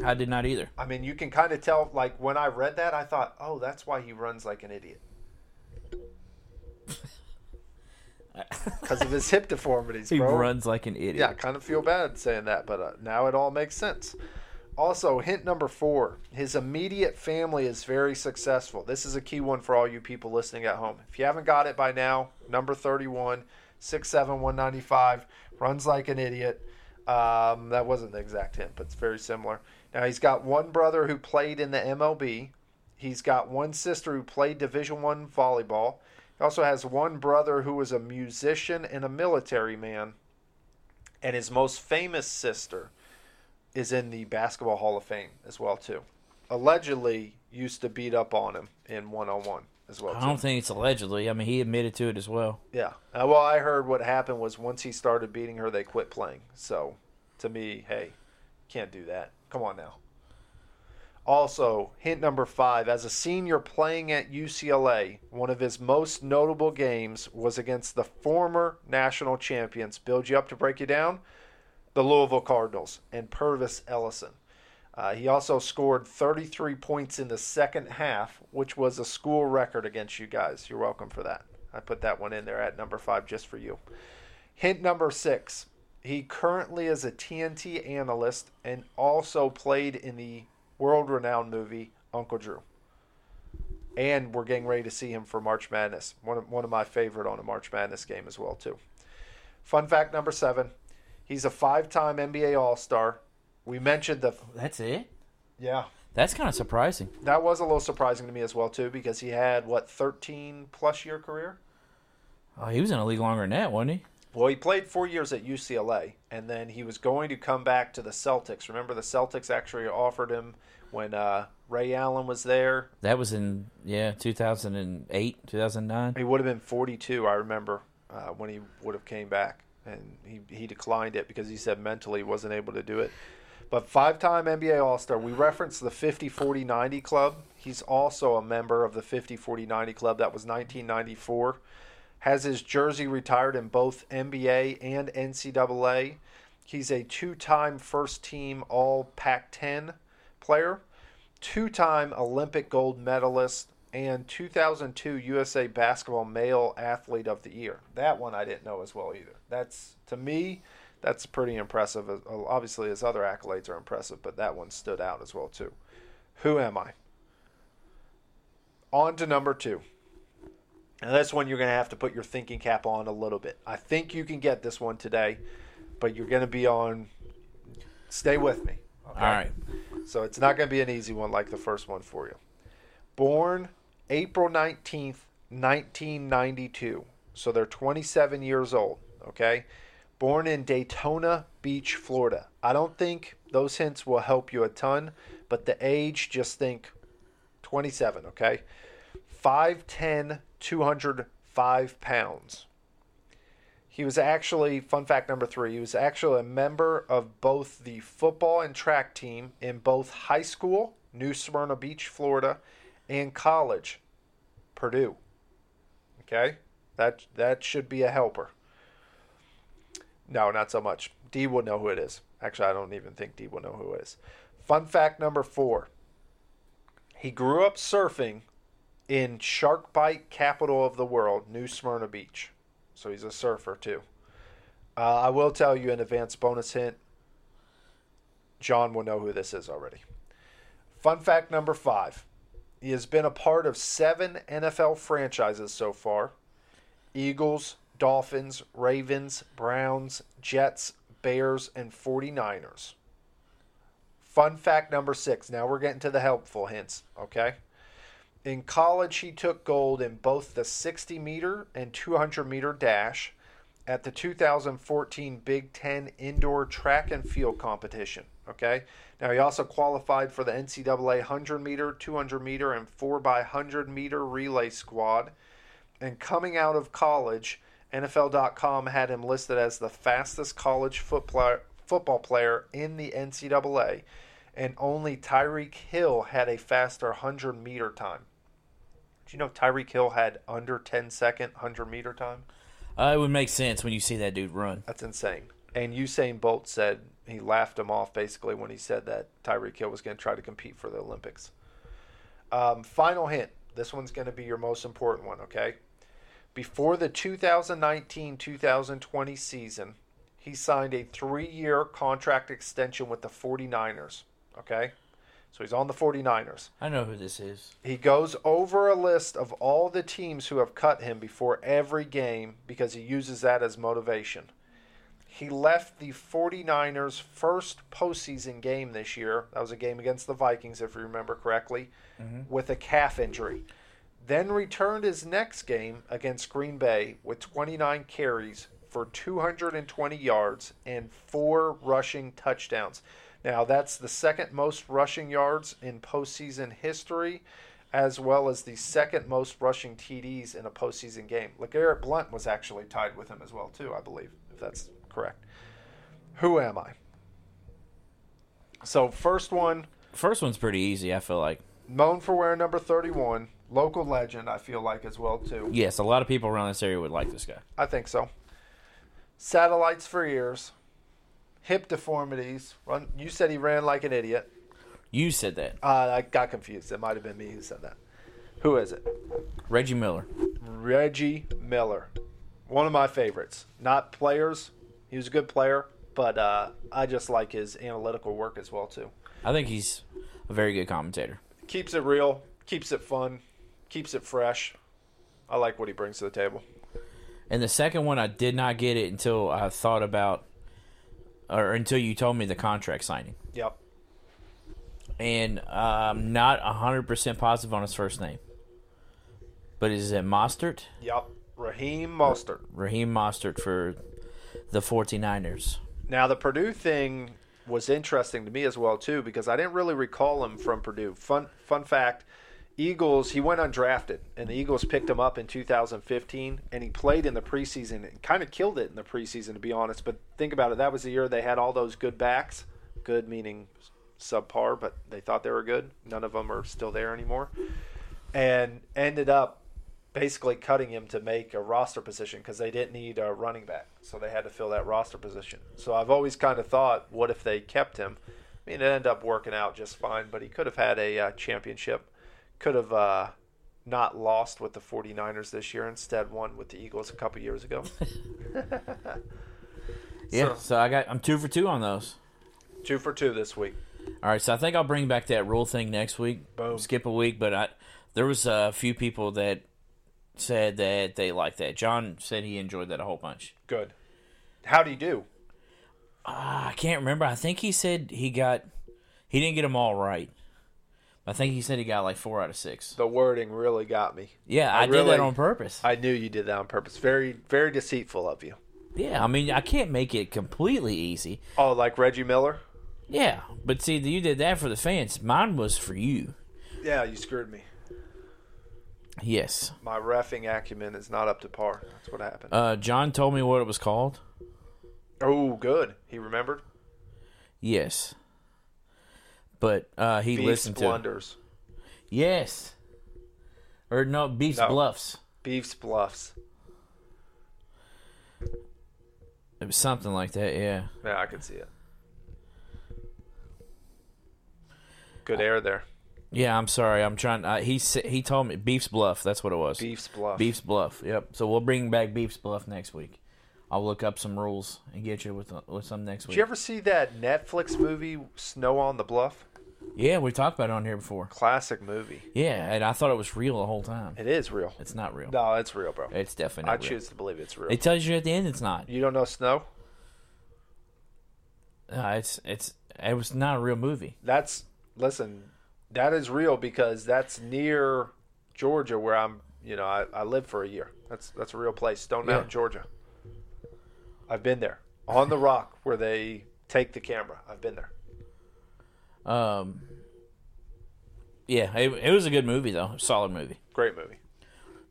A: I did not either.
B: I mean, you can kind of tell. Like when I read that, I thought, "Oh, that's why he runs like an idiot." Because of his hip deformities,
A: He
B: bro.
A: runs like an idiot.
B: Yeah, I kind of feel bad saying that, but uh, now it all makes sense. Also, hint number four his immediate family is very successful. This is a key one for all you people listening at home. If you haven't got it by now, number 31, 6'7, 195, runs like an idiot. Um, that wasn't the exact hint, but it's very similar. Now, he's got one brother who played in the MLB, he's got one sister who played Division One volleyball. He also has one brother who was a musician and a military man and his most famous sister is in the basketball hall of fame as well too allegedly used to beat up on him in one-on-one as well
A: I
B: too.
A: don't think it's allegedly. I mean, he admitted to it as well.
B: yeah Uh, well i heard what happened was once he started beating her they quit playing so to me hey can't do that come on now also hint number five as a senior playing at ucla one of his most notable games was against the former national champions build you up to break you down the Louisville Cardinals, and Purvis Ellison. Uh, he also scored 33 points in the second half, which was a school record against you guys. You're welcome for that. I put that one in there at number five just for you. Hint number six he currently is a TNT analyst and also played in the world renowned movie Uncle Drew. And we're getting ready to see him for March Madness. One of, one of my favorite on a March Madness game as well, too. Fun fact number seven: He's a five-time NBA All-Star. We mentioned the
A: That's it.
B: yeah.
A: That's kind of surprising.
B: That was a little surprising to me as well too, because he had what 13 plus year career.
A: Oh, he was in a league longer than that, wasn't
B: Well, he played four years at UCLA, and then he was going to come back to the Celtics. Remember, the Celtics actually offered him when uh, Ray Allen was there.
A: he? That was in yeah, 2008, 2009.
B: He would have been 42, I remember, uh, when he would have came back, and he he declined it because he said mentally he wasn't able to do it. But five-time NBA All-Star. We referenced the 50-40-90 club. He's also a member of the 50-40-90 club. That was 1994. Has his jersey retired in both NBA and NCAA. He's a two-time first-team All Pac-10 player, two-time Olympic gold medalist, and 2002 USA Basketball Male Athlete of the Year. That one I didn't know as well either. That's to me, that's pretty impressive. Uh, Obviously, his other accolades are impressive, but that one stood out as well too. Who am I? On to number two. And that's one you're going to have to put your thinking cap on a little bit. I think you can get this one today, but you're going to be on. Stay with me. okay?
A: All right.
B: So it's not going to be an easy one like the first one for you. Born April 19th, 1992. So they're 27 years old, okay? Born in Daytona Beach, Florida. I don't think those hints will help you a ton, but the age, just think 27, okay? 5'10, 205 pounds. He was actually, fun fact number three, he was actually a member of both the football and track team in both high school, New Smyrna Beach, Florida, in college, Purdue. Okay, that that should be a helper. No, not so much. D will know who it is. Actually, I don't even think D will know who it is. Fun fact number four. He grew up surfing in Shark Bite, capital of the world, New Smyrna Beach. So he's a surfer too. Uh, I will tell you an advanced bonus hint. John will know who this is already. Fun fact number five. He has been a part of seven NFL franchises so far Eagles, Dolphins, Ravens, Browns, Jets, Bears, and 49ers. Fun fact number six. Now we're getting to the helpful hints, okay? In college, he took gold in both the 60 meter and 200 meter dash at the 2014 Big Ten Indoor Track and Field Competition. Okay. Now, he also qualified for the NCAA 100 meter, 200 meter, and 4x100 meter relay squad. And coming out of college, NFL.com had him listed as the fastest college footpla- football player in the NCAA. And only Tyreek Hill had a faster 100 meter time. Do you know Tyreek Hill had under 10 second 100 meter time?
A: Uh, it would make sense when you see that dude run.
B: That's insane. And Usain Bolt said he laughed him off basically when he said that Tyreek Hill was going to try to compete for the Olympics. Um, final hint. This one's going to be your most important one, okay? Before the 2019 2020 season, he signed a three year contract extension with the 49ers, okay? So he's on the 49ers.
A: I know who this is.
B: He goes over a list of all the teams who have cut him before every game because he uses that as motivation. He left the 49ers' first postseason game this year. That was a game against the Vikings, if you remember correctly, with a calf injury. Then returned his next game against Green Bay with 29 carries for 220 yards and four rushing touchdowns. Now, that's the second most rushing yards in postseason history, as well as the second most rushing TDs in a postseason game. LeGarrette Blunt was actually tied with him as well, too, I believe, if that's correct. Who am I? So, first one,
A: First one's pretty easy, I feel like.
B: known for wearing number 31, local legend, I feel like, as well, too.
A: Yes, a lot of people around this area would like this guy.
B: I think so. Satellites for years, hip deformities. Run. You said he ran like an idiot.
A: You said that.
B: Uh, I got confused. It might have been me who said that. Who is it?
A: Reggie Miller.
B: Reggie Miller, one of my favorites. Not players. He was a good player, but uh, I just like his analytical work as well too.
A: I think he's a very good commentator.
B: Keeps it real. Keeps it fun. Keeps it fresh. I like what he brings to the table.
A: And the second one, I did not get it until I thought about, or until you told me the contract signing.
B: Yep.
A: And uh, I'm not 100% positive on his first name. But is it Mostert?
B: Yep. Raheem Mostert.
A: Raheem Mostert for the 49ers.
B: Now the Purdue thing was interesting to me as well too because I didn't really recall him from Purdue. Fun fun fact, Eagles he went undrafted and the Eagles picked him up in 2015 and he played in the preseason and kind of killed it in the preseason to be honest. But think about it, that was the year they had all those good backs, good meaning subpar, but they thought they were good. None of them are still there anymore, and ended up basically cutting him to make a roster position because they didn't need a running back, so they had to fill that roster position. So I've always kind of thought, what if they kept him? I mean, it ended up working out just fine, but he could have had a uh, championship, could have uh, not lost with the 49ers this year, instead won with the Eagles a couple years ago.
A: Yeah.
B: So-
A: So I got I'm two for two on those.
B: two for two this week.
A: All right, so I think I'll bring back that rule thing next week.
B: Boom.
A: Skip a week, but I there was a few people that said that they liked that. John said he enjoyed that a whole bunch.
B: Good. How do you do?
A: Ah, I can't remember. I think he said he got he didn't get them all right. I think he said he got like four out of six.
B: The wording really got me.
A: Yeah, I, did
B: really-
A: that on purpose.
B: I knew you did that on purpose. Very, very deceitful of you.
A: yeah, I mean I can't make it completely easy.
B: Oh, like Reggie Miller?
A: Yeah, but see, you did that for the fans. Mine was for you.
B: Yeah, you screwed me.
A: Yes.
B: My refing acumen is not up to par. That's what happened.
A: Uh, John told me what it was called.
B: oh, good. He remembered.
A: Yes. But uh, he
B: Beef's
A: listened to.
B: blunders.
A: Yes. or no Beef's
B: No.
A: Bluffs.
B: Beef's Bluffs.
A: It was something like that. Yeah.
B: Yeah, I can see it. Good air there.
A: Yeah, I'm sorry. I'm trying. Uh, he sa- he told me Beef's Bluff. That's what it was.
B: Beef's Bluff.
A: Beef's Bluff. Yep. So we'll bring back Beef's Bluff next week. I'll look up some rules and get you with uh, with some next
B: Did
A: week.
B: you ever see that Netflix movie Snow on the Bluff?
A: yeah, we talked about it on here before.
B: Classic movie.
A: Yeah, and I thought it was real the whole time.
B: It is real.
A: It's not real.
B: No, it's real, bro.
A: It's definitely
B: I
A: not real.
B: choose to believe it's real.
A: It tells you at the end it's not.
B: you don't know Snow?
A: Uh, it's it's it was not a real movie.
B: That's listen. That is real because that's near Georgia, where I'm. You know, I, I lived for a year. That's that's a real place, Stone Mountain,
A: Yeah.
B: Georgia. I've been there on the rock where they take the camera. I've been there.
A: Um. Yeah, it, it was a good movie though. Solid movie.
B: Great movie.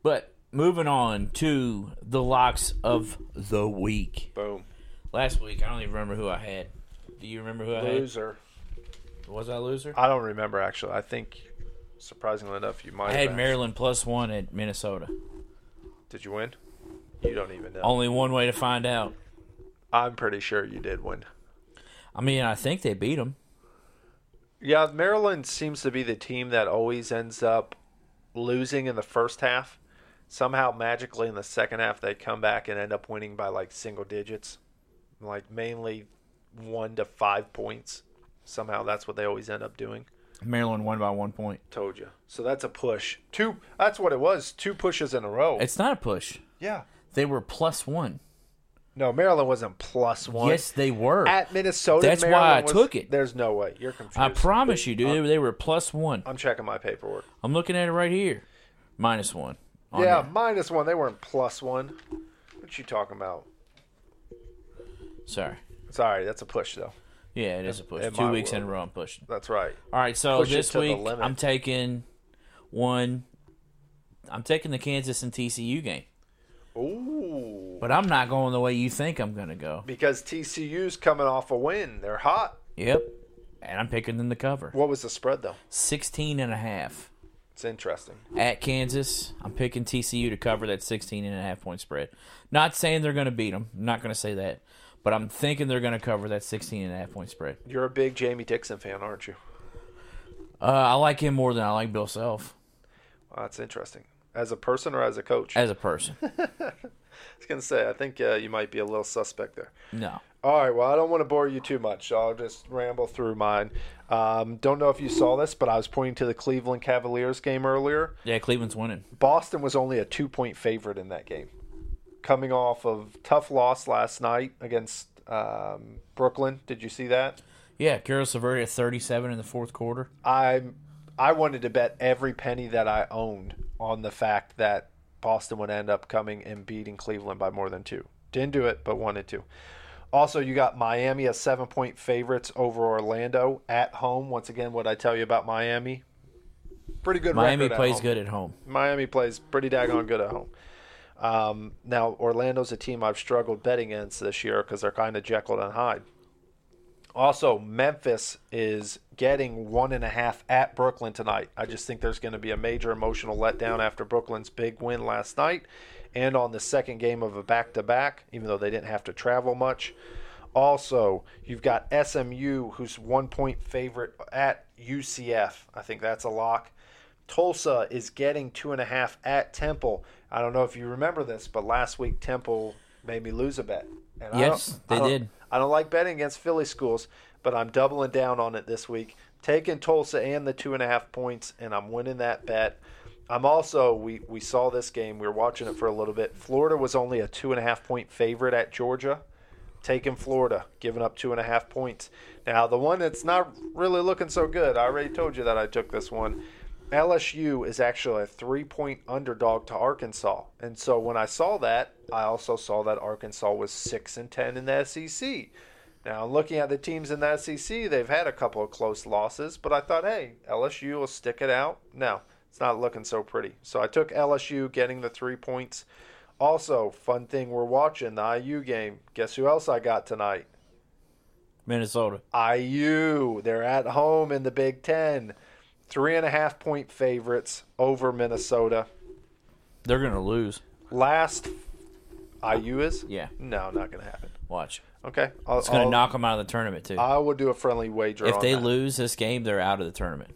A: But moving on to the locks of the week.
B: Boom.
A: Last week, I don't even remember who I had. Do you remember who I had?
B: Loser.
A: Was I a loser?
B: I don't remember actually. I think, surprisingly enough, you might.
A: I
B: have
A: had
B: asked.
A: Maryland plus one at Minnesota.
B: Did you win? You don't even know.
A: Only one way to find out.
B: I'm pretty sure you did win.
A: I mean, I think they beat them.
B: Yeah, Maryland seems to be the team that always ends up losing in the first half. Somehow, magically, in the second half, they come back and end up winning by like single digits, like mainly one to five points. Somehow, that's what they always end up doing.
A: Maryland won by one point.
B: Told you. So that's a push. Two. That's what it was. Two pushes in a row.
A: It's not a push.
B: yeah.
A: They were plus one.
B: No, Maryland wasn't plus one.
A: Yes, they were.
B: At Minnesota,
A: That's why
B: Maryland
A: I
B: was-
A: took it.
B: There's no way. You're confused.
A: I promise you,
B: uh,
A: dude. They were plus one.
B: I'm checking my paperwork.
A: I'm looking at it right here. Minus one. on
B: yeah,
A: there.
B: minus one. They weren't plus one. What you talking about?
A: Sorry.
B: Sorry, that's a push though.
A: Yeah, it is a push.
B: in
A: Two
B: my
A: weeks in a
B: world.
A: row, I'm pushing.
B: That's right.
A: All right, so
B: Push it
A: this
B: to the
A: week
B: limit.
A: I'm taking one. I'm taking the Kansas and TCU game,
B: Ooh,
A: but I'm not going the way you think I'm going to go.
B: because TCU's coming off a win. They're hot.
A: Yep. And I'm picking them to cover.
B: What was the spread though?
A: 16 and a half
B: It's interesting.
A: at Kansas. I'm picking TCU to cover that 16 and a half point spread. Not saying they're going to beat them. not going to say that. But I'm thinking they're going to cover that 16 and a half point spread.
B: You're a big Jamie Dixon fan, aren't you?
A: Uh, I like him more than I like Bill Self
B: Well, that's interesting. As a person or as a coach? I
A: as a
B: [laughs]
A: person.
B: was gonna say I think uh, you might be a little suspect there.
A: No.
B: All right. Well, I don't want to bore you too much. So I'll just ramble through mine. Um, don't know if you saw this, but I was pointing to the Cleveland Cavaliers game earlier.
A: Yeah, Cleveland's winning.
B: Boston was only a two point favorite in that game, coming off of tough loss last night against um, Brooklyn. Did you see that?
A: Yeah, Carol Severity at 37 in the fourth quarter.
B: I I wanted to bet every penny that I owned on the fact that Boston would end up coming and beating Cleveland by more than two. Didn't do it, but wanted to. Also, you got Miami as seven point favorites over Orlando at home. Once again, what I tell you about Miami? Pretty good.
A: Miami
B: record at
A: plays
B: home.
A: good at home.
B: Miami plays pretty daggone good at home. Um, now Orlando's a team I've struggled betting against this year because they're kind of Jekyll and Hyde. Also, Memphis is getting one and a half at Brooklyn tonight. I just think there's going to be a major emotional letdown after Brooklyn's big win last night and on the second game of a back to back, even though they didn't have to travel much. Also, you've got SMU, who's one point favorite at UCF. I think that's a lock. Tulsa is getting two and a half at Temple. I don't know if you remember this, but last week Temple made me lose a bet. And I
A: Yes,
B: don't-
A: they
B: I don't-
A: did.
B: I don't like betting against Philly schools, but I'm doubling down on it this week, taking Tulsa and the two and a half points, and I'm winning that bet. I'm also we we saw this game. We were watching it for a little bit. Florida was only a two and a half point favorite at Georgia taking Florida, giving up two and a half points. Now, the one that's not really looking so good, I already told you that I took this one. LSU is actually a three point underdog to Arkansas. And so when I saw that, I also saw that Arkansas was 6 and 10 in the SEC. Now, looking at the teams in the SEC, they've had a couple of close losses, but I thought, hey, LSU will stick it out. No, it's not looking so pretty. So I took LSU getting the three points. Also, fun thing we're watching the IU game. Guess who else I got tonight?
A: Minnesota.
B: IU. They're at home in the Big Ten. Three and a half point favorites over Minnesota.
A: They're gonna lose.
B: Last, IU is?
A: Yeah,
B: No, not going to happen.
A: watch.
B: Okay. I'll,
A: It's gonna
B: I'll-
A: knock them out of the tournament too.
B: I will do a friendly wager
A: if
B: on
A: they
B: that.
A: lose this game, they're out of the tournament.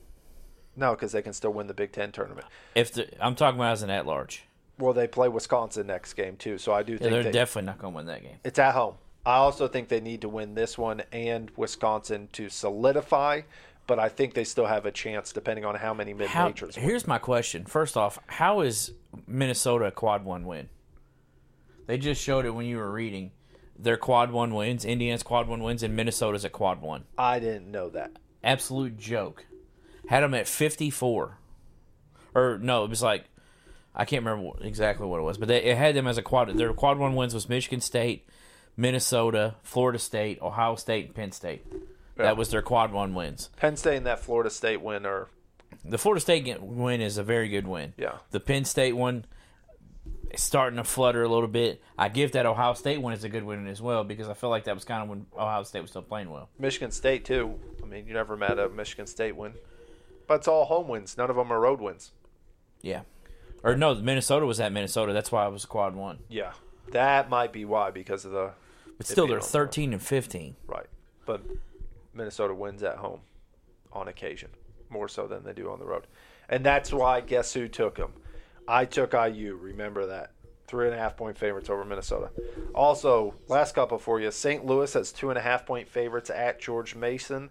B: No, because they can still win the Big Ten tournament.
A: If the, I'm talking about as an at-large,
B: Well, they play Wisconsin next game, too. So I do
A: yeah,
B: think
A: they're
B: they,
A: definitely not gonna win that game.
B: it's at home. I also think they need to win this one and Wisconsin to solidify, but I think they still have a chance depending on how many mid
A: How,
B: majors.
A: here's my question. First off, how is Minnesota a quad one win? They just showed it when you were reading. Their quad one wins, Indiana's quad one wins, and Minnesota's a quad one.
B: I didn't know that.
A: Absolute joke. Had them at 54. Or no, it was like I can't remember wh- exactly what it was, but they it had them as a quad. Their quad one wins was Michigan State, Minnesota, Florida State, Ohio State, and Penn State.
B: Yeah.
A: That was their quad one wins.
B: Penn State and that Florida State win are
A: The Florida State get- win is a very good win.
B: Yeah.
A: The Penn State one is starting to flutter a little bit. I give that Ohio State one is a good win as well because I feel like that was kind of when Ohio State was still playing well.
B: Michigan State too. I mean, you never met a Michigan State win, but it's all home wins. None of them are road wins.
A: Yeah. Or no, Minnesota was at Minnesota. That's why it was a quad one.
B: Yeah, that might be why because of the
A: But still,
B: beat
A: they're
B: them.
A: 13 and 15.
B: right. But Minnesota wins at home on occasion more so than they do on the road, and that's why. Guess who took them? I took IU. Remember that three and a half point favorites over Minnesota. Also, last couple for you. St. Louis has two and a half point favorites at George Mason.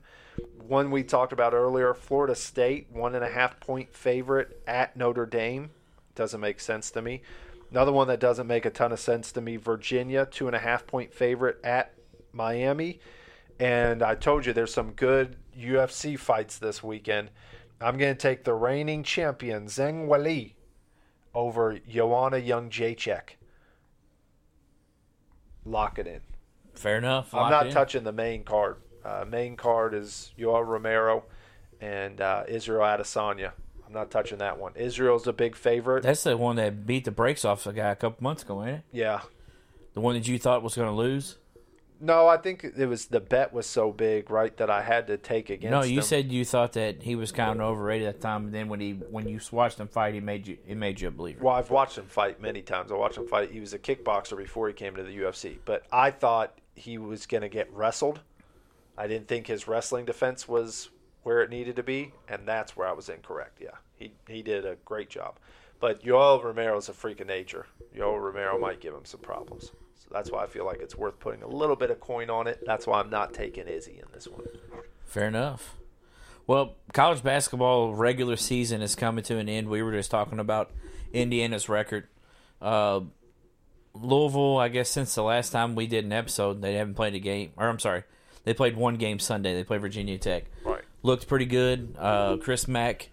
B: One we talked about earlier, Florida State, one and a half point favorite at Notre Dame. Doesn't make sense to me. Another one that doesn't make a ton of sense to me, Virginia, two and a half point favorite at Miami. And I told you there's some good UFC fights this weekend. I'm going to take the reigning champion, Zheng Weili, over Joanna Young Jacek. Lock it in.
A: Fair enough.
B: I'm
A: Lock
B: not
A: it in.
B: touching the main card. Uh, main card is Yoel Romero and uh, Israel Adesanya. I'm not touching that one. Israel's a big favorite.
A: That's the one that beat the brakes off the guy a couple months ago, ain't it?
B: yeah.
A: The one that you thought was going to lose?
B: No, I think it was the bet was so big, right, that I had to take against.
A: No, you
B: him.
A: said you thought that he was kind of overrated at the time. And then when he when you watched him fight, he made you it made you a believer.
B: Well, I've watched him fight many times. I watched him fight. He was a kickboxer before he came to the UFC, but I thought he was going to get wrestled. I didn't think his wrestling defense was where it needed to be, and that's where I was incorrect. Yeah, he he did a great job, but Yoel Romero's a freak of nature. Yoel Romero might give him some problems, so that's why I feel like it's worth putting a little bit of coin on it. That's why I'm not taking Izzy in this one.
A: Fair enough. Well, college basketball regular season is coming to an end. We were just talking about Indiana's record. Uh, Louisville, I guess, since the last time we did an episode, they haven't played a game. Or I'm sorry, they played one game Sunday. They played Virginia Tech.
B: Right.
A: Looked pretty good. Uh, Chris Mack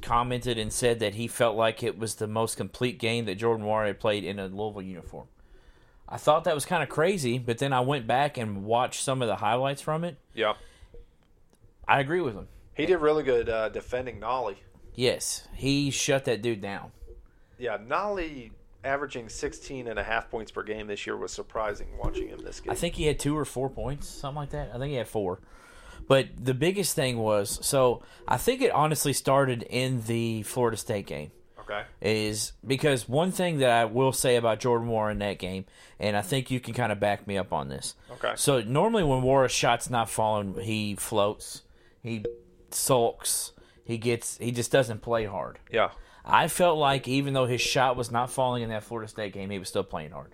A: commented and said that he felt like it was the most complete game that Jordan Warren had played in a Louisville uniform. I thought that was kind of crazy, but then I went back and watched some of the highlights from it.
B: Yeah,
A: I agree with him.
B: he did really good uh, defending Nolly.
A: Yes, he shut that dude down.
B: Yeah, Nolly averaging 16 and a half points per game this year was surprising watching him this game.
A: I think he had two or four points, something like that. I think he had four. But the biggest thing was so I think it honestly started in the Florida State game.
B: okay.
A: Is because one thing that I will say about Jordan Warren in that game, and I think you can kind of back me up on this.
B: Okay.
A: So normally when Warren's shot's not falling, he floats, he sulks, he gets, he just doesn't play hard.
B: Yeah.
A: I felt like even though his shot was not falling in that Florida State game, he was still playing hard.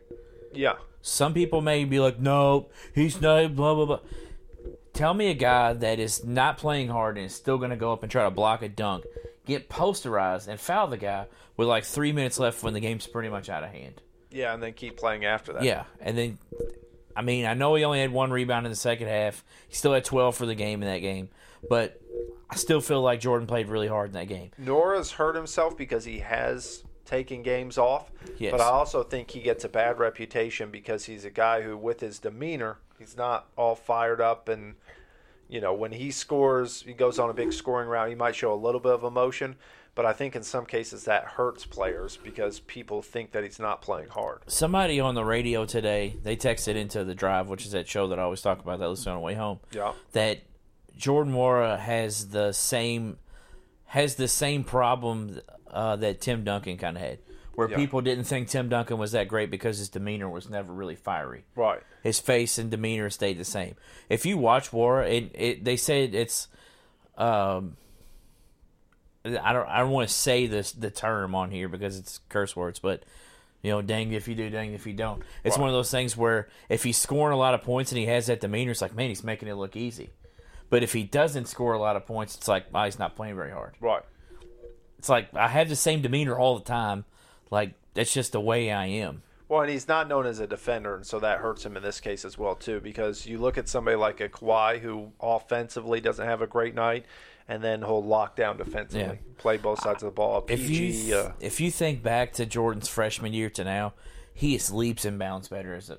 B: Yeah.
A: Some people may be like, no, he's not, blah, blah, blah. Tell me a guy that is not playing hard and is still going to go up and try to block a dunk, get posterized, and foul the guy with like three minutes left when the game's pretty much out of hand.
B: Yeah, and then keep playing after that.
A: Yeah. And then, I mean, I know he only had one rebound in the second half. He still had 12 for the game in that game. But I still feel like Jordan played really hard in that game.
B: Nora's hurt himself because he has taken games off.
A: Yes.
B: But I also think he gets a bad reputation because he's a guy who, with his demeanor, he's not all fired up. And, you know, when he scores, he goes on a big scoring round, he might show a little bit of emotion. But I think in some cases that hurts players because people think that he's not playing hard.
A: somebody on the radio today they texted into the drive which is that show that i always talk about that I listen on the way home
B: Yeah.
A: that jordan mora has the same has the same problem uh, that Tim Duncan kind of had, where
B: Yeah.
A: people didn't think Tim Duncan was that great because his demeanor was never really fiery.
B: Right.
A: His face and demeanor stayed the same. If you watch War, it, it they said it's, um, I don't I don't want to say this the term on here because it's curse words, but you know, dang if you do, dang if you don't. It's
B: Right.
A: one of those things where if he's scoring a lot of points and he has that demeanor, it's like man, he's making it look easy. But if he doesn't score a lot of points, it's like ah, he's not playing very hard
B: Right.
A: it's like I have the same demeanor all the time. Like that's just the way I am.
B: Well, and he's not known as a defender, and so that hurts him in this case as well too. Because you look at somebody like a Kawhi who offensively doesn't have a great night, and then he'll lock down defensively,
A: Yeah.
B: play both sides of the ball.
A: If you
B: PG, uh,
A: if you think back to Jordan's freshman year to now, he is leaps and bounds better as a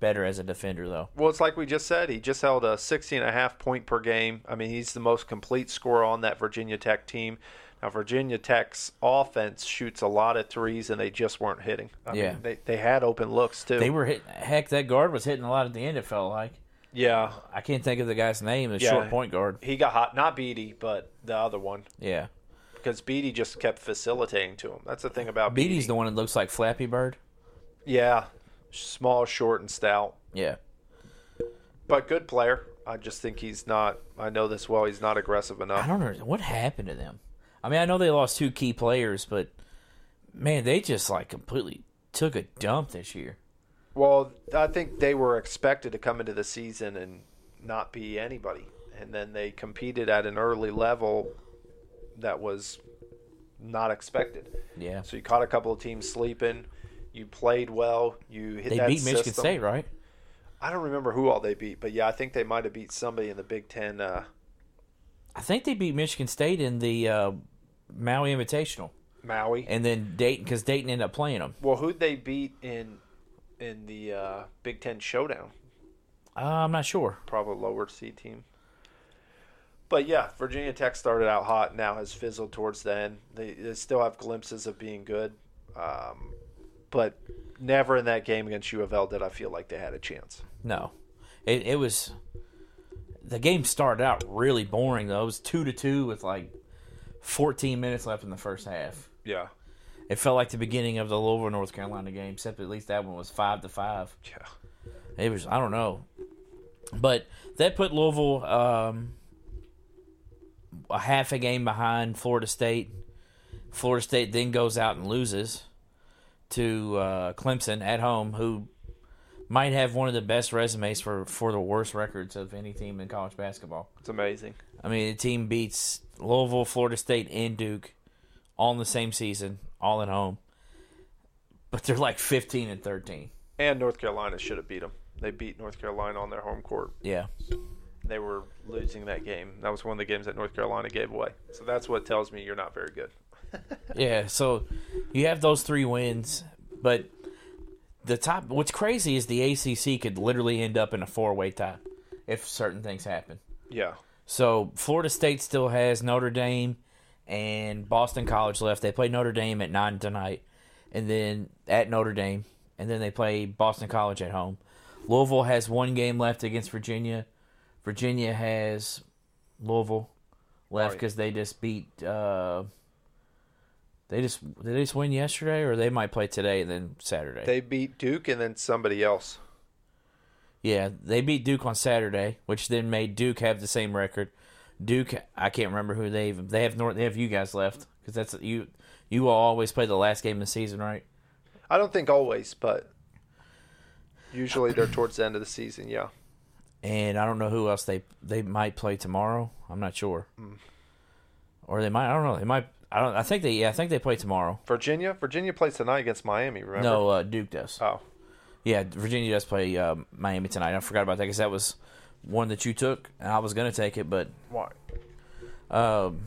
A: better as a defender though.
B: well, it's like we just said, he just held a 60 and a half point per game. I mean, he's the most complete scorer on that Virginia Tech team. Now, Virginia Tech's offense shoots a lot of threes, and they just weren't hitting. I
A: Yeah.
B: mean, they, they had open looks too.
A: They were hit. Heck, that guard was hitting a lot at the end. It felt like
B: yeah,
A: I can't think of the guy's name. The
B: Yeah.
A: short point guard.
B: he got hot, not Beatty, but the other one.
A: Yeah,
B: because Beatty just kept facilitating to him. That's the thing about Beatty.
A: Beatty's the one that looks like Flappy Bird.
B: yeah, small, short, and stout,
A: Yeah,
B: but good player. I just think he's not. I know this well. He's not aggressive
A: I
B: enough.
A: don't know what happened to them. I mean, I know they lost two key players, but man, they just like completely took a dump this year.
B: Well, I think they were expected to come into the season and not be anybody, and then they competed at an early level that was not expected.
A: Yeah,
B: So you caught a couple of teams sleeping. You played well. You hit.
A: they
B: that
A: beat Michigan
B: system.
A: State, right?
B: I don't remember who all they beat, but yeah, I think they might have beat somebody in the Big Ten. Uh,
A: I think they beat Michigan State in the uh, Maui Invitational,
B: Maui.
A: and then Dayton because Dayton ended up playing them.
B: Well, who'd they beat in in the uh, Big Ten showdown?
A: Uh, I'm not sure.
B: Probably lower seed team. But yeah, Virginia Tech started out hot. Now has fizzled towards the end. They, they still have glimpses of being good, um, but never in that game against U of L did I feel like they had a chance.
A: No, it, it was the game started out really boring though. It was two to two with like 14 minutes left in the first half.
B: Yeah,
A: It felt like the beginning of the Louisville North Carolina game, except at least that one was five to five.
B: yeah,
A: It was I don't know, but that put Louisville um, a half a game behind Florida State. Florida State then goes out and loses to uh, Clemson at home, who might have one of the best resumes for for the worst records of any team in college basketball.
B: it's amazing.
A: I mean, the team beats Louisville, Florida State, and Duke all in the same season, all at home, but they're like fifteen and thirteen.
B: And North Carolina should have beat them. They beat North Carolina on their home court.
A: Yeah.
B: They were losing that game. That was one of the games that North Carolina gave away. So that's what tells me you're not very good.
A: Yeah, so you have those three wins, but the top. What's crazy is the ACC could literally end up in a four-way tie if certain things happen.
B: Yeah,
A: So Florida State still has Notre Dame and Boston College left. They play Notre Dame at nine tonight, and then at Notre Dame, and then they play Boston College at home. Louisville has one game left against Virginia. Virginia has Louisville left
B: Right.
A: because they just beat. Uh, they just did they just win yesterday, or they might play today and then Saturday.
B: They beat Duke and then somebody else.
A: Yeah, they beat Duke on Saturday, which then made Duke have the same record. Duke, I can't remember who they even they have. North, they have you guys left because that's you. You all always play the last game of the season, right?
B: I don't think always, but
A: [coughs]
B: usually they're towards the end of the season. Yeah,
A: And I don't know who else they they might play tomorrow. I'm not sure, or they might. I don't know. They might. I don't. I think they. Yeah, I think they play tomorrow.
B: Virginia. Virginia plays tonight against Miami. Remember?
A: No, uh, Duke does.
B: Oh,
A: Yeah, Virginia does play uh, Miami tonight. I forgot about that because that was one that you took, and I was gonna take it, but
B: why?
A: um,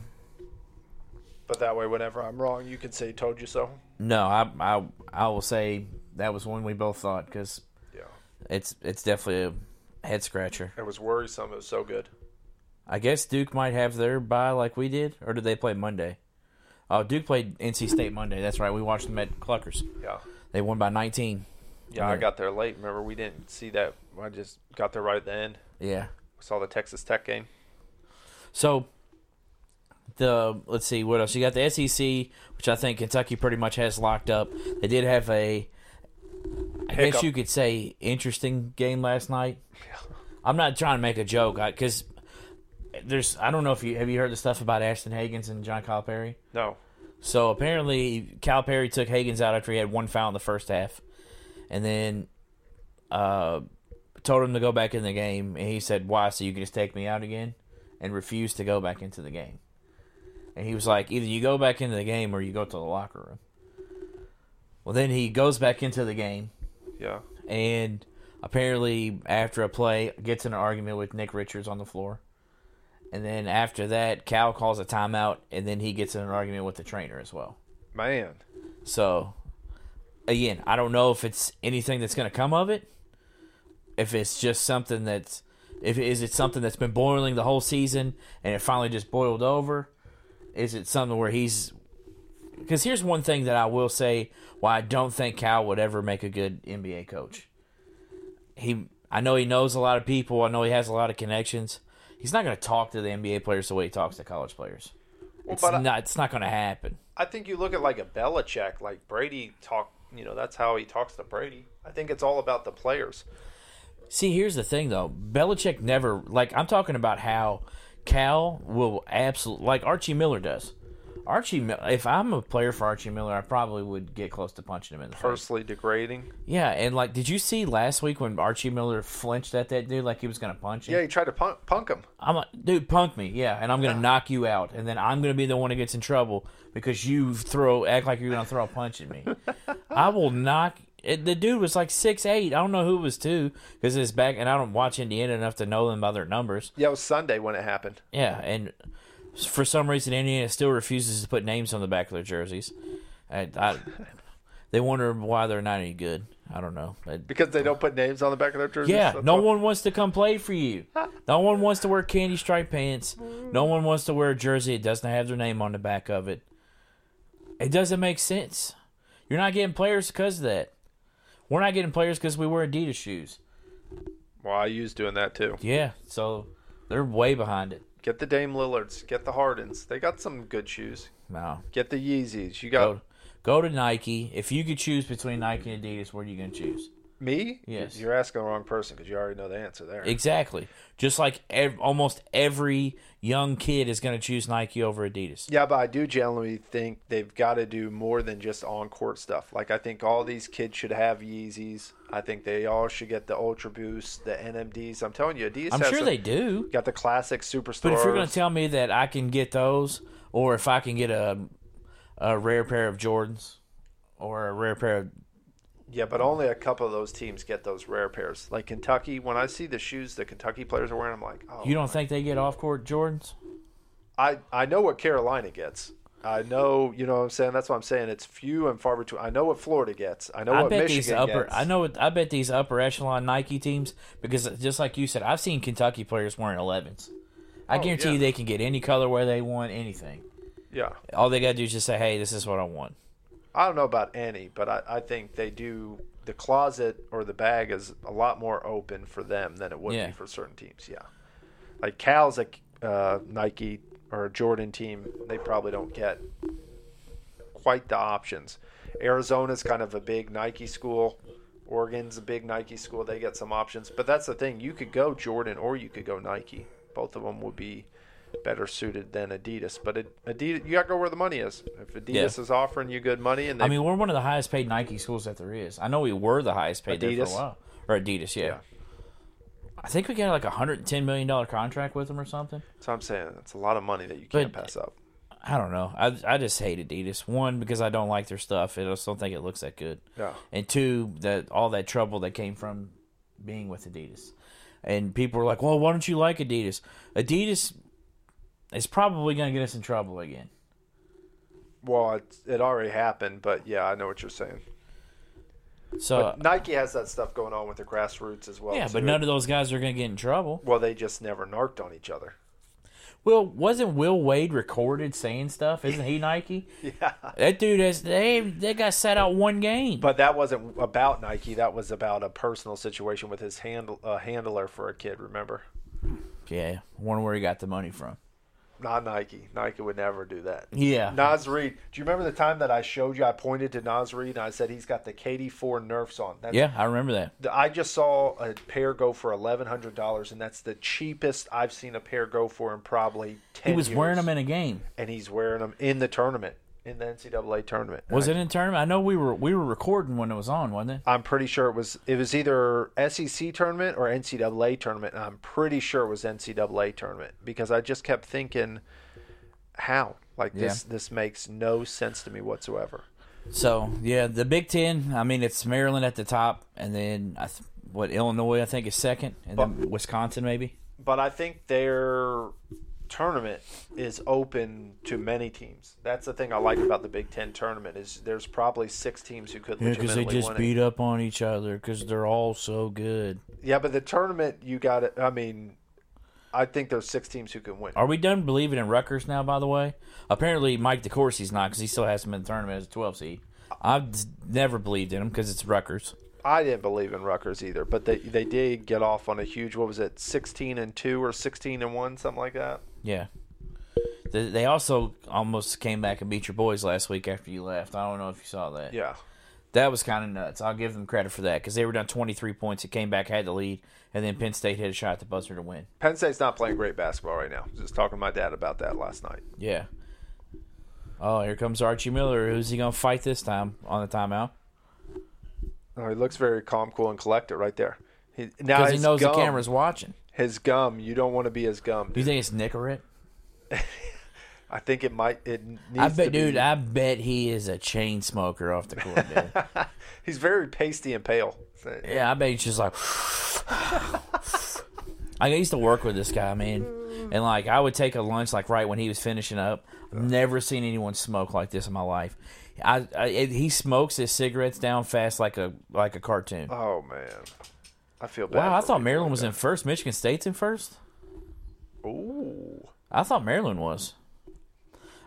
B: But that way, whenever I'm wrong, you can say "told you so."
A: No, I I I will say that was one we both thought because
B: Yeah,
A: it's it's definitely a head scratcher.
B: it was worrisome. It was so good.
A: I guess Duke might have their bye like we did, or did they play Monday? Oh, Duke played NC State Monday. That's right. We watched them at Cluckers.
B: Yeah,
A: They won by 19.
B: yeah. I got there late. Remember, we didn't see that. I just got there right at the end.
A: Yeah.
B: Saw the Texas Tech game.
A: So the let's see what else you got the SEC, which I think Kentucky pretty much has locked up. They did have a, I guess
B: Hiccup.
A: you could say, interesting game last night. I'm not trying to make a joke because there's I don't know if you have you heard the stuff about Ashton Hagens and John Calipari.
B: No.
A: So apparently Calipari took Hagens out after he had one foul in the first half, and then uh, told him to go back in the game, and he said, "Why? So you can just take me out again?" And refused to go back into the game. And he was like, "Either you go back into the game, or you go to the locker room." Well, then he goes back into the game,
B: Yeah.
A: and apparently after a play gets in an argument with Nick Richards on the floor. And then after that, Cal calls a timeout, and then he gets in an argument with the trainer as well.
B: Man.
A: So, again, I don't know if it's anything that's going to come of it. If it's just something that's, if is it something that's been boiling the whole season and it finally just boiled over? Is it something where he's? Because here's one thing that I will say: why I don't think Cal would ever make a good NBA coach. He, I know he knows a lot of people. I know he has a lot of connections. He's not going to talk to the NBA players the way he talks to college players. It's
B: but I-
A: not. it's not going to happen.
B: I think you look at like a Belichick, like Brady talk. You know, that's how he talks to Brady. I think it's all about the players.
A: See, here's the thing though. Belichick never like I'm talking about how Cal will absolutely like Archie Miller does. Archie, Mi- if I'm a player for Archie Miller, I probably would get close to punching him in the face.
B: Personally degrading.
A: Yeah, and like, did you see last week when Archie Miller flinched at that dude like he was gonna punch him?
B: Yeah, he tried to punk, punk him.
A: I'm like, dude, punk me, yeah, and I'm gonna knock you out, and then I'm gonna be the one who gets in trouble because you throw act like you're gonna throw a punch at me. I will knock. It, the dude was like six eight. I don't know who it was two because his back, and I don't watch Indiana enough to know them by their numbers.
B: Yeah, it was Sunday when it happened.
A: Yeah, and for some reason, Indiana still refuses to put names on the back of their jerseys. I, I, they wonder why they're not any good. I don't know. But
B: Because they don't put names on the back of their jerseys.
A: yeah,
B: That's
A: no
B: why-
A: one wants to come play for you. No one wants to wear candy striped pants. No one wants to wear a jersey that doesn't have their name on the back of it. It doesn't make sense. You're not getting players because of that. We're not getting players because we wear Adidas shoes.
B: Well, I used doing that too.
A: Yeah, so they're way behind it.
B: Get the Dame Lillards. Get the Hardens. They got some good shoes.
A: No.
B: Get the Yeezys. You got
A: Go, go to Nike. If you could choose between Nike and Adidas, what are you going to choose?
B: me?
A: Yes.
B: You're asking the wrong person because you already know the answer there.
A: Exactly. Just like ev- almost every young kid is going to choose Nike over Adidas.
B: Yeah, but I do generally think they've got to do more than just on court stuff. Like I think all these kids should have Yeezys. I think they all should get the Ultra Boost, the NMDs. I'm telling you, Adidas.
A: I'm
B: has
A: sure
B: a-
A: they do.
B: got the classic Superstore.
A: But if you're going to tell me that I can get those, or if I can get a a rare pair of Jordans, or a rare pair of
B: yeah, but only a couple of those teams get those rare pairs. Like Kentucky, when I see the shoes the Kentucky players are wearing, I'm like, oh,
A: you don't think they get off court Jordans?
B: I I know what Carolina gets. I know, you know what I'm saying. That's what I'm saying. It's few and far between. I know what Florida gets. I know
A: I
B: what
A: bet
B: Michigan
A: these upper
B: gets.
A: I know what, I bet these upper echelon Nike teams because just like you said, I've seen Kentucky players wearing 11s. I guarantee
B: Oh, yeah.
A: you they can get any color where they want anything.
B: Yeah.
A: All they got to do is just say, "Hey, this is what I want."
B: I don't know about any, but I, I think they do. The closet or the bag is a lot more open for them than it would
A: Yeah.
B: be for certain teams. Yeah, like Cal's a uh, Nike or a Jordan team. They probably don't get quite the options. Arizona's kind of a big Nike school. Oregon's a big Nike school. They get some options, but that's the thing. You could go Jordan or you could go Nike. Both of them would be better suited than Adidas. But it, Adidas, you got to go where the money is. If Adidas is offering you good money, and they,
A: I mean, we're one of the highest paid Nike schools that there is. I know we were the highest paid there for
B: Adidas?
A: a while, or Adidas, yeah.
B: Yeah.
A: I think we got like a hundred and ten million dollar contract with them or something.
B: so I'm saying it's a lot of money that you can't
A: But-
B: pass up.
A: I don't know. I I just hate Adidas. One because I don't like their stuff. and I just don't think it looks that good.
B: Yeah.
A: And two, that all that trouble that came from being with Adidas, and people were like, "Well, why don't you like Adidas? Adidas is probably going to get us in trouble again."
B: Well, it, it already happened, but yeah, I know what you're saying.
A: So
B: Nike has that stuff going on with the grassroots as well.
A: Uh, yeah, but
B: too.
A: none of those guys are going to get in trouble.
B: Well, they just never narked on each other.
A: Well, wasn't Will Wade recorded saying stuff? Isn't he Nike?
B: Yeah.
A: That dude has they that guy sat out one game.
B: But that wasn't about Nike. That was about a personal situation with his handle, uh, handler for a kid. Remember?
A: yeah, wonder where he got the money from.
B: not Nike. Nike would never do that.
A: Yeah.
B: Nas Reed. Do you remember the time that I showed you? I pointed to Nas Reed and I said he's got the KD4 Nerfs on. That's,
A: Yeah, I remember that.
B: I just saw a pair go for eleven hundred dollars, and that's the cheapest I've seen a pair go for in probably ten.
A: He was
B: years.
A: wearing them in a game.
B: and he's wearing them in the tournament, in the NCAA tournament.
A: Was it in tournament? I know we were we were recording when it was on, wasn't it?
B: I'm pretty sure it was it was either SEC tournament or NCAA tournament. and I'm pretty sure it was NCAA tournament because I just kept thinking, how like this this makes no sense to me whatsoever.
A: So yeah, the Big Ten. I mean, it's Maryland at the top, and then I th- what Illinois I think is second, and then Wisconsin maybe.
B: But I think their tournament is open to many teams. That's the thing I like about the Big Ten tournament is there's probably six teams who could
A: Yeah, because
B: legitimately
A: they just
B: win it.
A: beat up on each other because they're all so good.
B: Yeah, but the tournament you got it. I mean, I think there's six teams who can win.
A: Are we done believing in Rutgers now? By the way, apparently Mike DeCourcy's not because he still has him in the tournament as a 12 seed. I've d- never believed in him because it's Rutgers.
B: I didn't believe in Rutgers either, but they they did get off on a huge. What was it, sixteen and two or sixteen and one, something like that.
A: Yeah. They they also almost came back and beat your boys last week after you left. I don't know if you saw that.
B: Yeah,
A: That was kind of nuts. I'll give them credit for that because they were down 23 points. It came back, had the lead, and then Penn State hit a shot at the buzzer to win.
B: Penn State's not playing great basketball right now. Just talking to my dad about that last night.
A: Yeah. Oh, here comes Archie Miller. Who's he going to fight this time on the timeout?
B: Oh, he looks very calm, cool, and collected right there. He, now
A: Because
B: his
A: he knows
B: gum,
A: the camera's watching.
B: His gum. You don't want to be his gum.
A: Do you
B: Dude.
A: think it's Nicorette?
B: I think it might. It needs
A: I
B: to
A: bet,
B: be.
A: dude, I bet he is a chain smoker off the court, dude.
B: He's very pasty and pale.
A: yeah, I bet he's just like. [sighs] I used to work with this guy, man. And, like, I would take a lunch, like, right when he was finishing up. I've never seen anyone smoke like this in my life. I, I it, He smokes his cigarettes down fast like a like a cartoon.
B: Oh man, I feel bad.
A: Wow, I
B: for
A: thought
B: him.
A: Maryland was in first. Michigan State's in first?
B: Ooh.
A: I thought Maryland was.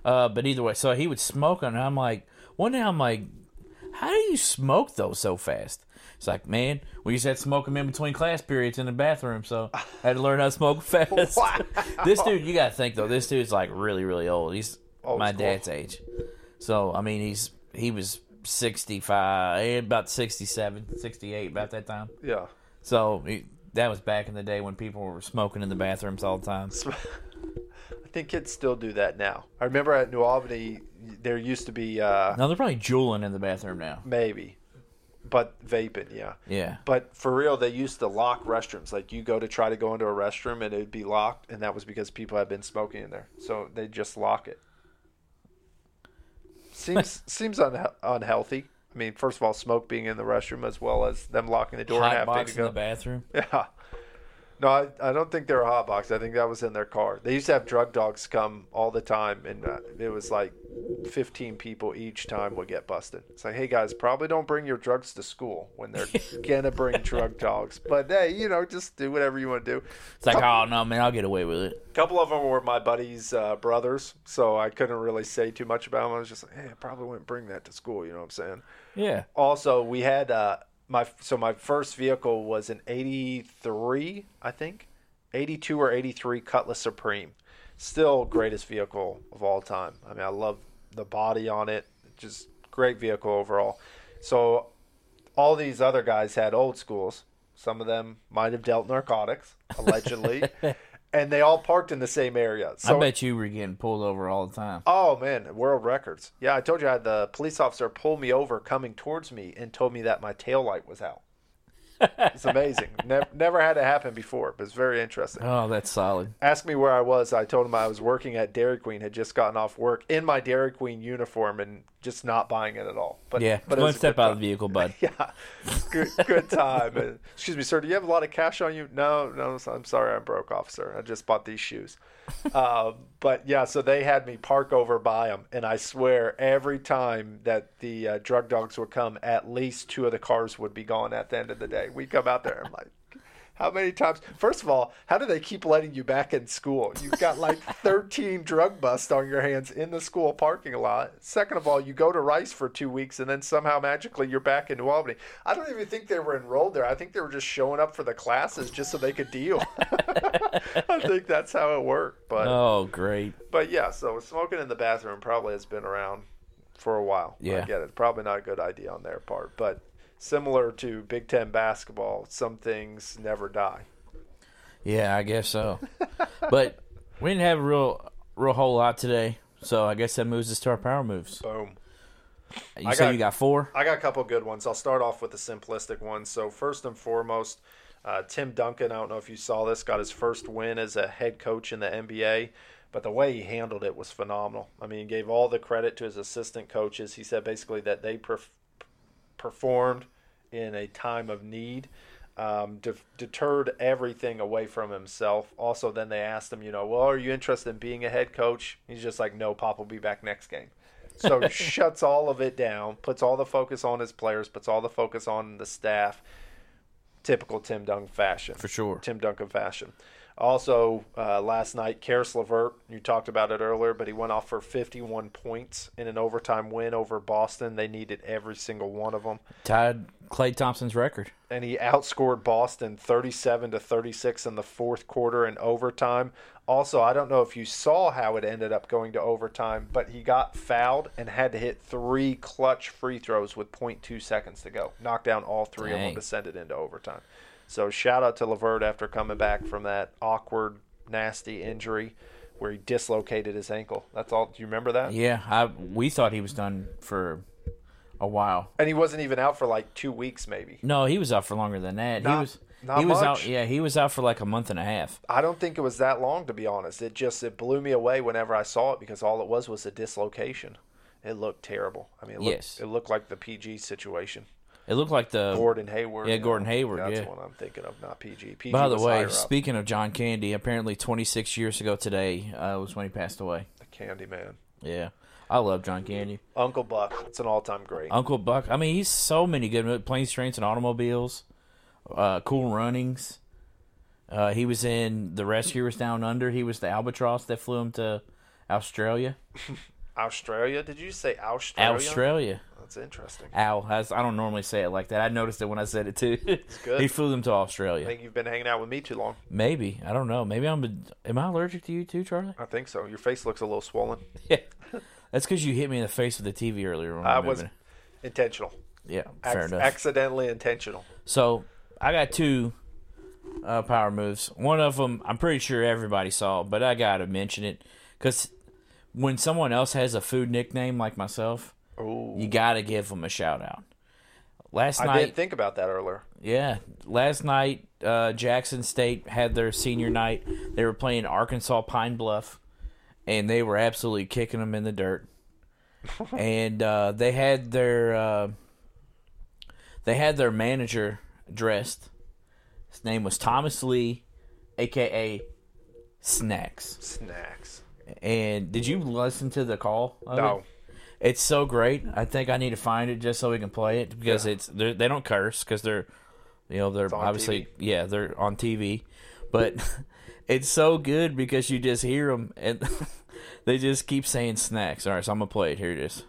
A: Uh, but either way, so he would smoke, and I'm like, one day I'm like, how do you smoke those so fast? It's like, man, we used to have to smoke them in between class periods in the bathroom, so I had to learn how to smoke [laughs] fast.
B: [laughs] Wow.
A: this dude, you gotta think though, this dude's like really, really old. He's
B: Old
A: my
B: school.
A: dad's age, so I mean, he's he was 65, eh, about 67, 68, about that time.
B: Yeah. [laughs]
A: So he, that was back in the day when people were smoking in the bathrooms all the time.
B: I think kids still do that now. I remember at New Albany, there used to be uh,
A: Now they're probably jeweling in the bathroom now.
B: maybe, but vaping, yeah.
A: Yeah.
B: But for real, they used to lock restrooms. Like you go to try to go into a restroom and it would be locked, and that was because people had been smoking in there, so they just lock it.
A: [laughs]
B: Seems seems unhe unhealthy. I mean, first of all, smoke being in the restroom as well as them locking the door and
A: Hot
B: having
A: box
B: to
A: in
B: go.
A: the bathroom.
B: Yeah. No, I, I don't think they were hot box. I think that was in their car. They used to have drug dogs come all the time, and uh, it was like 15 people each time would get busted. It's like, hey guys, probably don't bring your drugs to school when they're gonna bring drug dogs. But hey, you know, just do whatever you want to do.
A: It's like, oh no, man, I'll get away with it.
B: A couple of them were my buddies' uh, brothers, so I couldn't really say too much about them. I was just like, hey, I probably wouldn't bring that to school. You know what I'm saying?
A: Yeah.
B: also we had uh my so my first vehicle was an 83 i think 82 or 83 cutlass supreme still greatest vehicle of all time i mean i love the body on it just great vehicle overall so all these other guys had old schools some of them might have dealt narcotics allegedly and they all parked in the same area so
A: I bet you were getting pulled over all the time.
B: Oh man, world records. Yeah, I told you I had the police officer pull me over coming towards me and told me that my taillight was out. It's
A: [laughs]
B: amazing. never, never had it happen before, but it's very interesting.
A: Oh, that's solid.
B: Asked me where I was. I told him I was working at Dairy Queen, had just gotten off work in my Dairy Queen uniform and just not buying it at all. But
A: Yeah.
B: but it
A: One
B: was a
A: step
B: good
A: out of
B: time.
A: the vehicle, bud.
B: [laughs] Yeah, good, good time. And, Excuse me, sir. Do you have a lot of cash on you? No, no. I'm sorry, I'm broke, officer. I just bought these shoes. uh, but yeah, so they had me park over by them, and I swear every time that the uh, drug dogs would come, at least two of the cars would be gone at the end of the day. We come out there, I'm like, How many times? First of all, how do they keep letting you back in school? You've got like 13 drug busts on your hands in the school parking lot. Second of all, you go to Rice for two weeks and then somehow magically you're back in New Albany. I don't even think they were enrolled there. I think they were just showing up for the classes just so they could deal. [laughs] I think that's how it worked. But
A: Oh, great.
B: but yeah, so smoking in the bathroom probably has been around for a while. I
A: Yeah.
B: get it. Probably not a good idea on their part, but similar to Big Ten basketball, some things never die.
A: Yeah, I guess so. but we didn't have a real, real whole lot today, so I guess that moves us to our power moves.
B: Boom.
A: You
B: I
A: say
B: got-
A: you got four?
B: I got a couple good ones. I'll start off with the simplistic one. So first and foremost, uh, Tim Duncan. I don't know if you saw this. Got his first win as a head coach in the NBA, but the way he handled it was phenomenal. I mean, he gave all the credit to his assistant coaches. He said basically that they perf- performed in a time of need. Um, de- deterred everything away from himself. Also, then they asked him, you know, well, are you interested in being a head coach? He's just like, no, Pop will be back next game.
A: [laughs]
B: So shuts all of it down, puts all the focus on his players, puts all the focus on the staff. Typical Tim Duncan fashion.
A: For sure.
B: Tim Duncan fashion. Also, uh, last night, Karis LeVert, you talked about it earlier, but he went off for 51 points in an overtime win over Boston. They needed every single one of them
A: Tied Clay Thompson's record.
B: and he outscored Boston 37 to 36 in the fourth quarter in overtime. Also, I don't know if you saw how it ended up going to overtime, but he got fouled and had to hit three clutch free throws with 0.2 seconds to go. Knocked down all three of them
A: Dang.
B: to send it into overtime. So shout out to Lavert after coming back from that awkward, nasty injury where he dislocated his ankle. That's all. Do you remember that?
A: Yeah, I we thought he was done for a while.
B: And he wasn't even out for like two weeks, maybe.
A: No, he was out for longer than that.
B: Not-
A: he was
B: not
A: he was
B: much.
A: out yeah, he was out for like a month and a half.
B: I don't think it was that long to be honest. It just it blew me away whenever I saw it because all it was was a dislocation. It looked terrible. I mean, it looked,
A: Yes.
B: it looked like the PG situation.
A: It looked like the
B: Gordon Hayward.
A: Yeah,
B: you know,
A: Gordon Hayward,
B: That's
A: yeah.
B: the one I'm thinking of, not PG. PG
A: By the
B: was
A: way,
B: higher up,
A: speaking of John Candy, apparently 26 years ago today uh, was when he passed away.
B: the Candy Man,
A: Yeah. I love John Candy.
B: Uncle Buck. It's an all-time great.
A: Uncle Buck. I mean, he's so many good mo- planes, trains, and automobiles. Uh, cool runnings. Uh, he was in the Rescuers Down Under. He was the albatross that flew him to Australia.
B: Australia? Did you say Australia?
A: Australia.
B: That's interesting.
A: Al. That's, I don't normally say it like that. I noticed it when I said it too. [laughs]
B: good.
A: he flew them to
B: I
A: Australia.
B: think you've been hanging out with me too long.
A: Maybe I don't know. Maybe I'm. Am I allergic to you too,
B: [laughs]
A: Charlie?
B: I think so. Your face looks a little swollen.
A: Yeah. That's because you hit me in the face with the TV earlier. When
B: I
A: we were
B: was
A: moving.
B: intentional.
A: Yeah, fair
B: Ac-
A: enough.
B: accidentally intentional.
A: So I got two uh, power moves. One of them I'm pretty sure everybody saw, but I gotta mention it because when someone else has a food nickname like myself,
B: Oh,
A: you gotta give them a shout out. Last
B: I
A: night,
B: didn't think about that earlier.
A: yeah, last night uh, Jackson State had their senior night. They were playing Arkansas Pine Bluff, and they were absolutely kicking them in the dirt. and uh, they had their uh, they had their manager dressed. His name was Thomas Lee, aka Snacks.
B: Snacks.
A: And did you listen to the call? of
B: No.
A: it? It's so great. I think I need to find it just so we can play it because it's they're- they don't curse because they're you know they're
B: on
A: obviously
B: TV.
A: yeah they're on TV, but [laughs] it's so good because you just hear them and [laughs] they just keep saying snacks. All right, so I'm gonna play it. Here it is.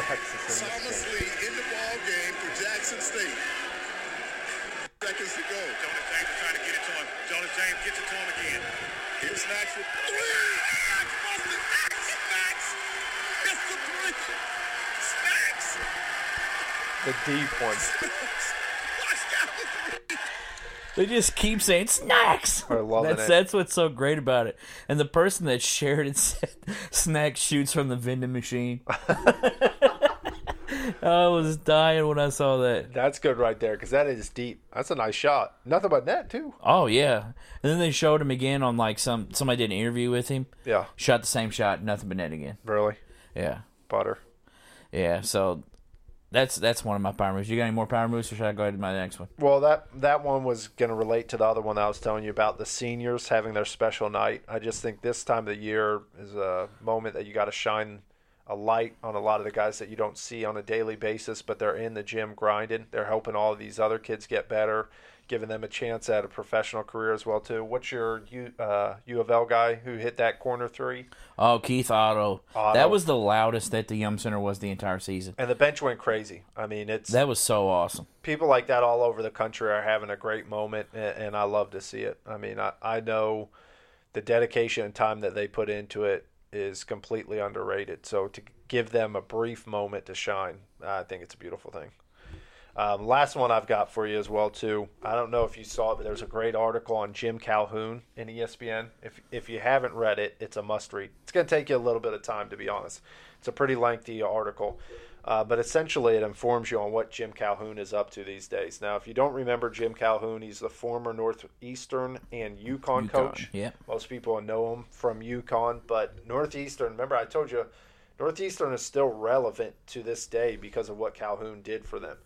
C: Jags is
B: Snacks is
C: in this game, man. With 2:05 to go,
B: in
C: Thomas
B: this game.
C: Lee in the ball game for Jackson State. Seconds to go. Jonah James trying to get it to him. Jonah James gets it to him again. Here's Max with three. Max busted. Max. It's the three. Snacks.
B: The D points
C: Watch out. [laughs]
A: They just keep saying snacks.
B: We're loving
A: that's
B: it.
A: that's what's so great about it. And the person that shared it [laughs] said, "Snack shoots from the vending machine." [laughs] I was dying when I saw that.
B: That's good right there because that is deep. That's a nice shot. Nothing but net too.
A: Oh yeah, and then they showed him again on like some somebody did an interview with him.
B: Yeah,
A: Shot the same shot, nothing but net again.
B: really
A: Yeah,
B: butter.
A: yeah. So that's that's one of my power moves. You got any more power moves, or should I go ahead to my next one?
B: Well, that that one was going to relate to the other one I was telling you about the seniors having their special night. I just think this time of the year is a moment that you got to shine a light on a lot of the guys that you don't see on a daily basis, but they're in the gym grinding. They're helping all of these other kids get better, giving them a chance at a professional career as well too. What's your U, uh, U of L guy who hit that corner three?
A: Oh, Keith Otto.
B: Otto.
A: That was the loudest that the Yum Center was the entire season.
B: And the bench went crazy. I mean, it's
A: That was so awesome.
B: people like that all over the country are having a great moment, and, and I love to see it. I mean, I, I know the dedication and time that they put into it is completely underrated. So to give them a brief moment to shine, I think it's a beautiful thing. Um, last one I've got for you as well too. I don't know if you saw it, but there's a great article on Jim Calhoun in E ESPN. If if you haven't read it, it's a must read. It's going to take you a little bit of time to be honest. It's a pretty lengthy article, uh, but essentially it informs you on what Jim Calhoun is up to these days. Now, if you don't remember Jim Calhoun, he's the former Northeastern and UConn, coach.
A: yeah.
B: Most people know him from UConn, but Northeastern. Remember, I told you, Northeastern is still relevant to this day because of what Calhoun did for them.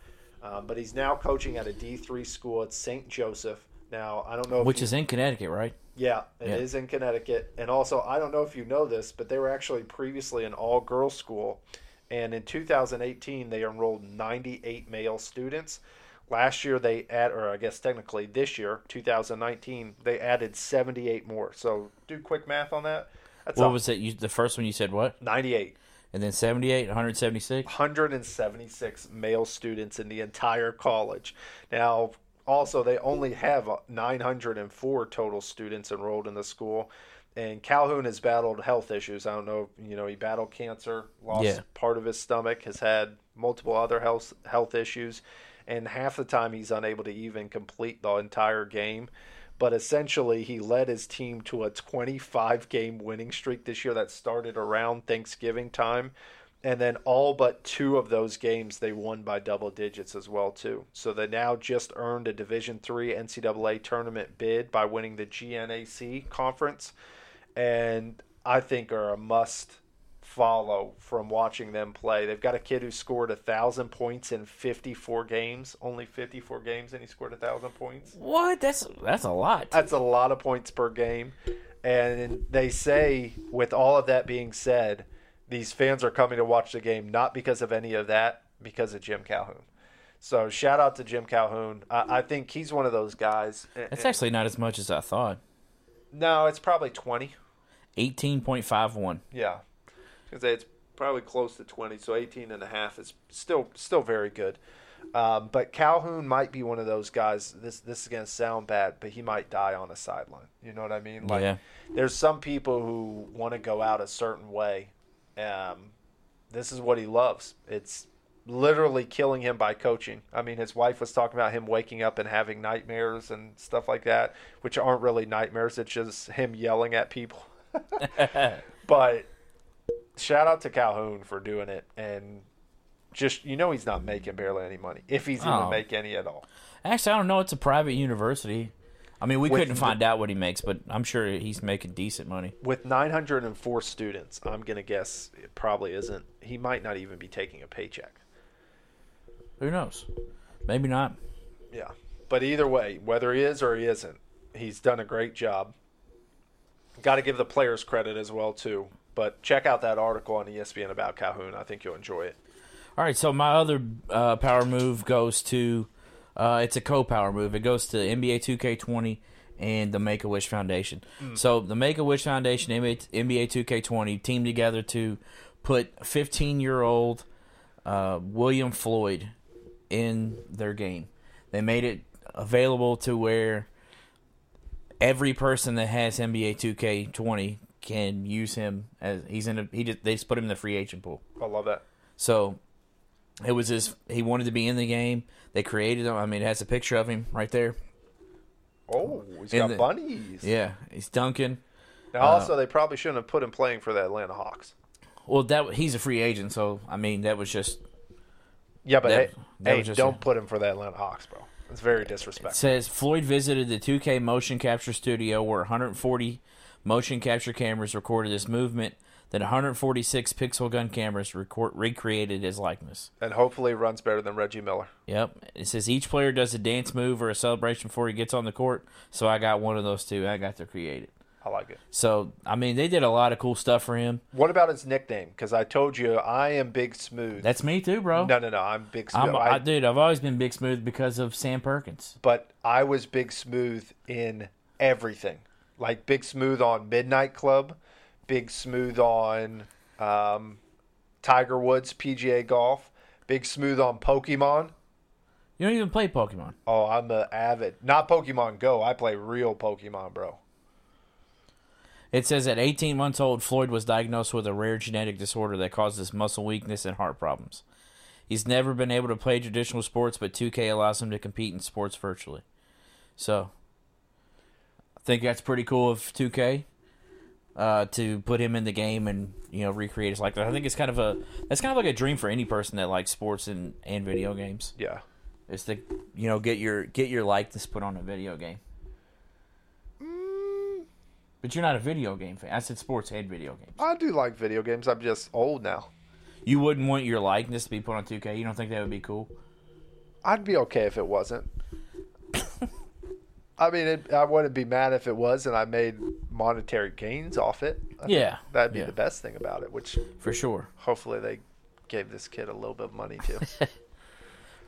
B: Um, but he's now coaching at a D three school at St. Joseph. Now I don't know, if
A: Which
B: you-
A: is in Connecticut, right?
B: yeah, it is
A: Yeah.
B: in Connecticut, and also I don't know if you know this, but they were actually previously an all girls school, and in 2018 they enrolled 98 male students. Last year they add, or I guess technically this year, 2019, they added 78 more. So do quick math on that. That's
A: What
B: a-
A: was that? You, the first one you said what?
B: 98.
A: And then 78, 176?
B: 176 male students in the entire college. Now, also, they only have 904 total students enrolled in the school. And Calhoun has battled health issues. I don't know, you know, he battled cancer, lost
A: Yeah.
B: part of his stomach, has had multiple other health health issues, and half the time he's unable to even complete the entire game. But essentially, he led his team to a 25 game winning streak this year that started around Thanksgiving time, and then all but two of those games they won by double digits as well too. So they now just earned a Division three NCAA tournament bid by winning the GNAC conference and I think are a must follow from watching them play. They've got a kid who scored a thousand points in fifty-four games, only fifty-four games, and he scored a thousand points.
A: What? That's that's a lot.
B: That's a lot of points per game. And they say, with all of that being said, these fans are coming to watch the game not because of any of that, because of Jim Calhoun. So shout out to Jim Calhoun. I, I think he's one of those guys.
A: That's actually not as much as I thought.
B: no, it's probably twenty.
A: 18.51.
B: Yeah. Because it's probably close to 20, so 18 and a half is still still very good. Um, but Calhoun might be one of those guys. This this is going to sound bad, but he might die on a sideline. You know what I mean? Like
A: Yeah.
B: there's some people who want to go out a certain way. Um, this is what he loves. It's literally killing him by coaching. I mean, his wife was talking about him waking up and having nightmares and stuff like that, which aren't really nightmares. It's just him yelling at people. but shout out to Calhoun for doing it and just you know he's not making barely any money if he's even
A: Oh.
B: make any at all.
A: Actually, I don't know. It's a private university. I mean, we
B: With
A: couldn't
B: the-
A: find out what he makes, but I'm sure he's making decent money.
B: With 904 students, I'm going to guess it probably isn't. He might not even be taking a paycheck.
A: Who knows? Maybe not.
B: Yeah. But either way, whether he is or he isn't, he's done a great job. Got to give the players credit as well too. But check out that article on E ESPN about Calhoun. I think you'll enjoy it.
A: All right, so my other uh, power move goes to uh, it's a co-power move. It goes to NBA 2K20 and the Make a Wish Foundation. So the Make a Wish Foundation, NBA NBA 2K20 team together to put 15-year-old uh, William Floyd in their game. They made it available to where every person that has NBA 2K20 can use him as he's in. A, he just, they just put him in the free agent pool.
B: I love that.
A: So it was his. He wanted to be in the game. They created him. I mean, it has a picture of him right there.
B: Oh, he's
A: And
B: got
A: the-
B: bunnies.
A: Yeah, he's dunking.
B: Now, also, they probably shouldn't have put him playing for the Atlanta Hawks.
A: Well, that he's a free agent, so I mean, that was just
B: Yeah, but
A: That-
B: hey,
A: that
B: hey,
A: was just
B: don't
A: a-
B: put him for the Atlanta Hawks, bro. It's very disrespectful.
A: says Floyd visited the 2K motion capture studio where 140 motion capture cameras recorded his movement. Then 146 pixel gun cameras record, recreated his likeness.
B: And hopefully, runs better than Reggie Miller.
A: Yep. It says each player does a dance move or a celebration before he gets on the court. So I got one of those two. I got to create it.
B: I like it.
A: So I mean, they did a lot of cool stuff for him.
B: What about his nickname? Because I told you I am Big Smooth.
A: That's me too, bro.
B: no, no, no. I'm Big Smooth.
A: I'm,
B: I-
A: I, dude, I've always been Big Smooth because of Sam Perkins.
B: but I was Big Smooth in everything. Like Big Smooth on Midnight Club, Big Smooth on um, Tiger Woods PGA Golf, Big Smooth on Pokemon.
A: You don't even play Pokemon.
B: Oh, I'm a avid. Not Pokemon Go. I play real Pokemon, bro.
A: It says at 18 months old, Floyd was diagnosed with a rare genetic disorder that causes muscle weakness and heart problems. He's never been able to play traditional sports, but 2K allows him to compete in sports virtually. So, I think that's pretty cool of 2K uh, to put him in the game and you know recreate his life. I think it's kind of a that's kind of like a dream for any person that likes sports and, and video games.
B: Yeah.
A: Is to you know get your get your likeness put on a video game. But you're not a video game fan. I said sports and video games.
B: I do like video games. I'm just old now.
A: You wouldn't want your likeness to be put on 2K. You don't think that would be cool?
B: I'd be okay if
A: [coughs]
B: it wasn't. I mean, it, I wouldn't be mad if it was, and I made monetary gains off it. I think
A: Yeah.
B: that'd be
A: Yeah.
B: the best thing about it. Which
A: For sure.
B: hopefully they gave this kid a little bit of money
A: [laughs]
B: too.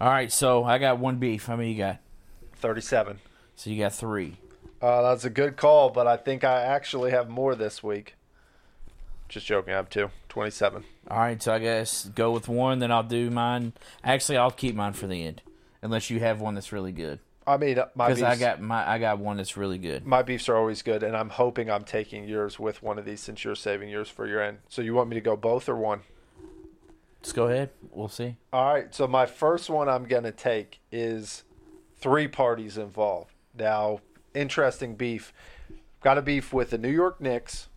A: All right, so I got one beef. How many you got?
B: 37.
A: So you got three.
B: Uh, that's a good call, but I think I actually have more this week. Just joking, I have two. 27.
A: All right, so I guess go with one, then I'll do mine. Actually, I'll keep mine for the end, unless you have one that's really good.
B: I mean, uh, my beefs,
A: Because I got my I got one that's really good.
B: my beefs are always good, and I'm hoping I'm taking yours with one of these since you're saving yours for your end. So you want me to go both or one?
A: Just go ahead. We'll see.
B: All right, so my first one I'm going to take is three parties involved. Now, interesting beef. Got a beef with the New York Knicks.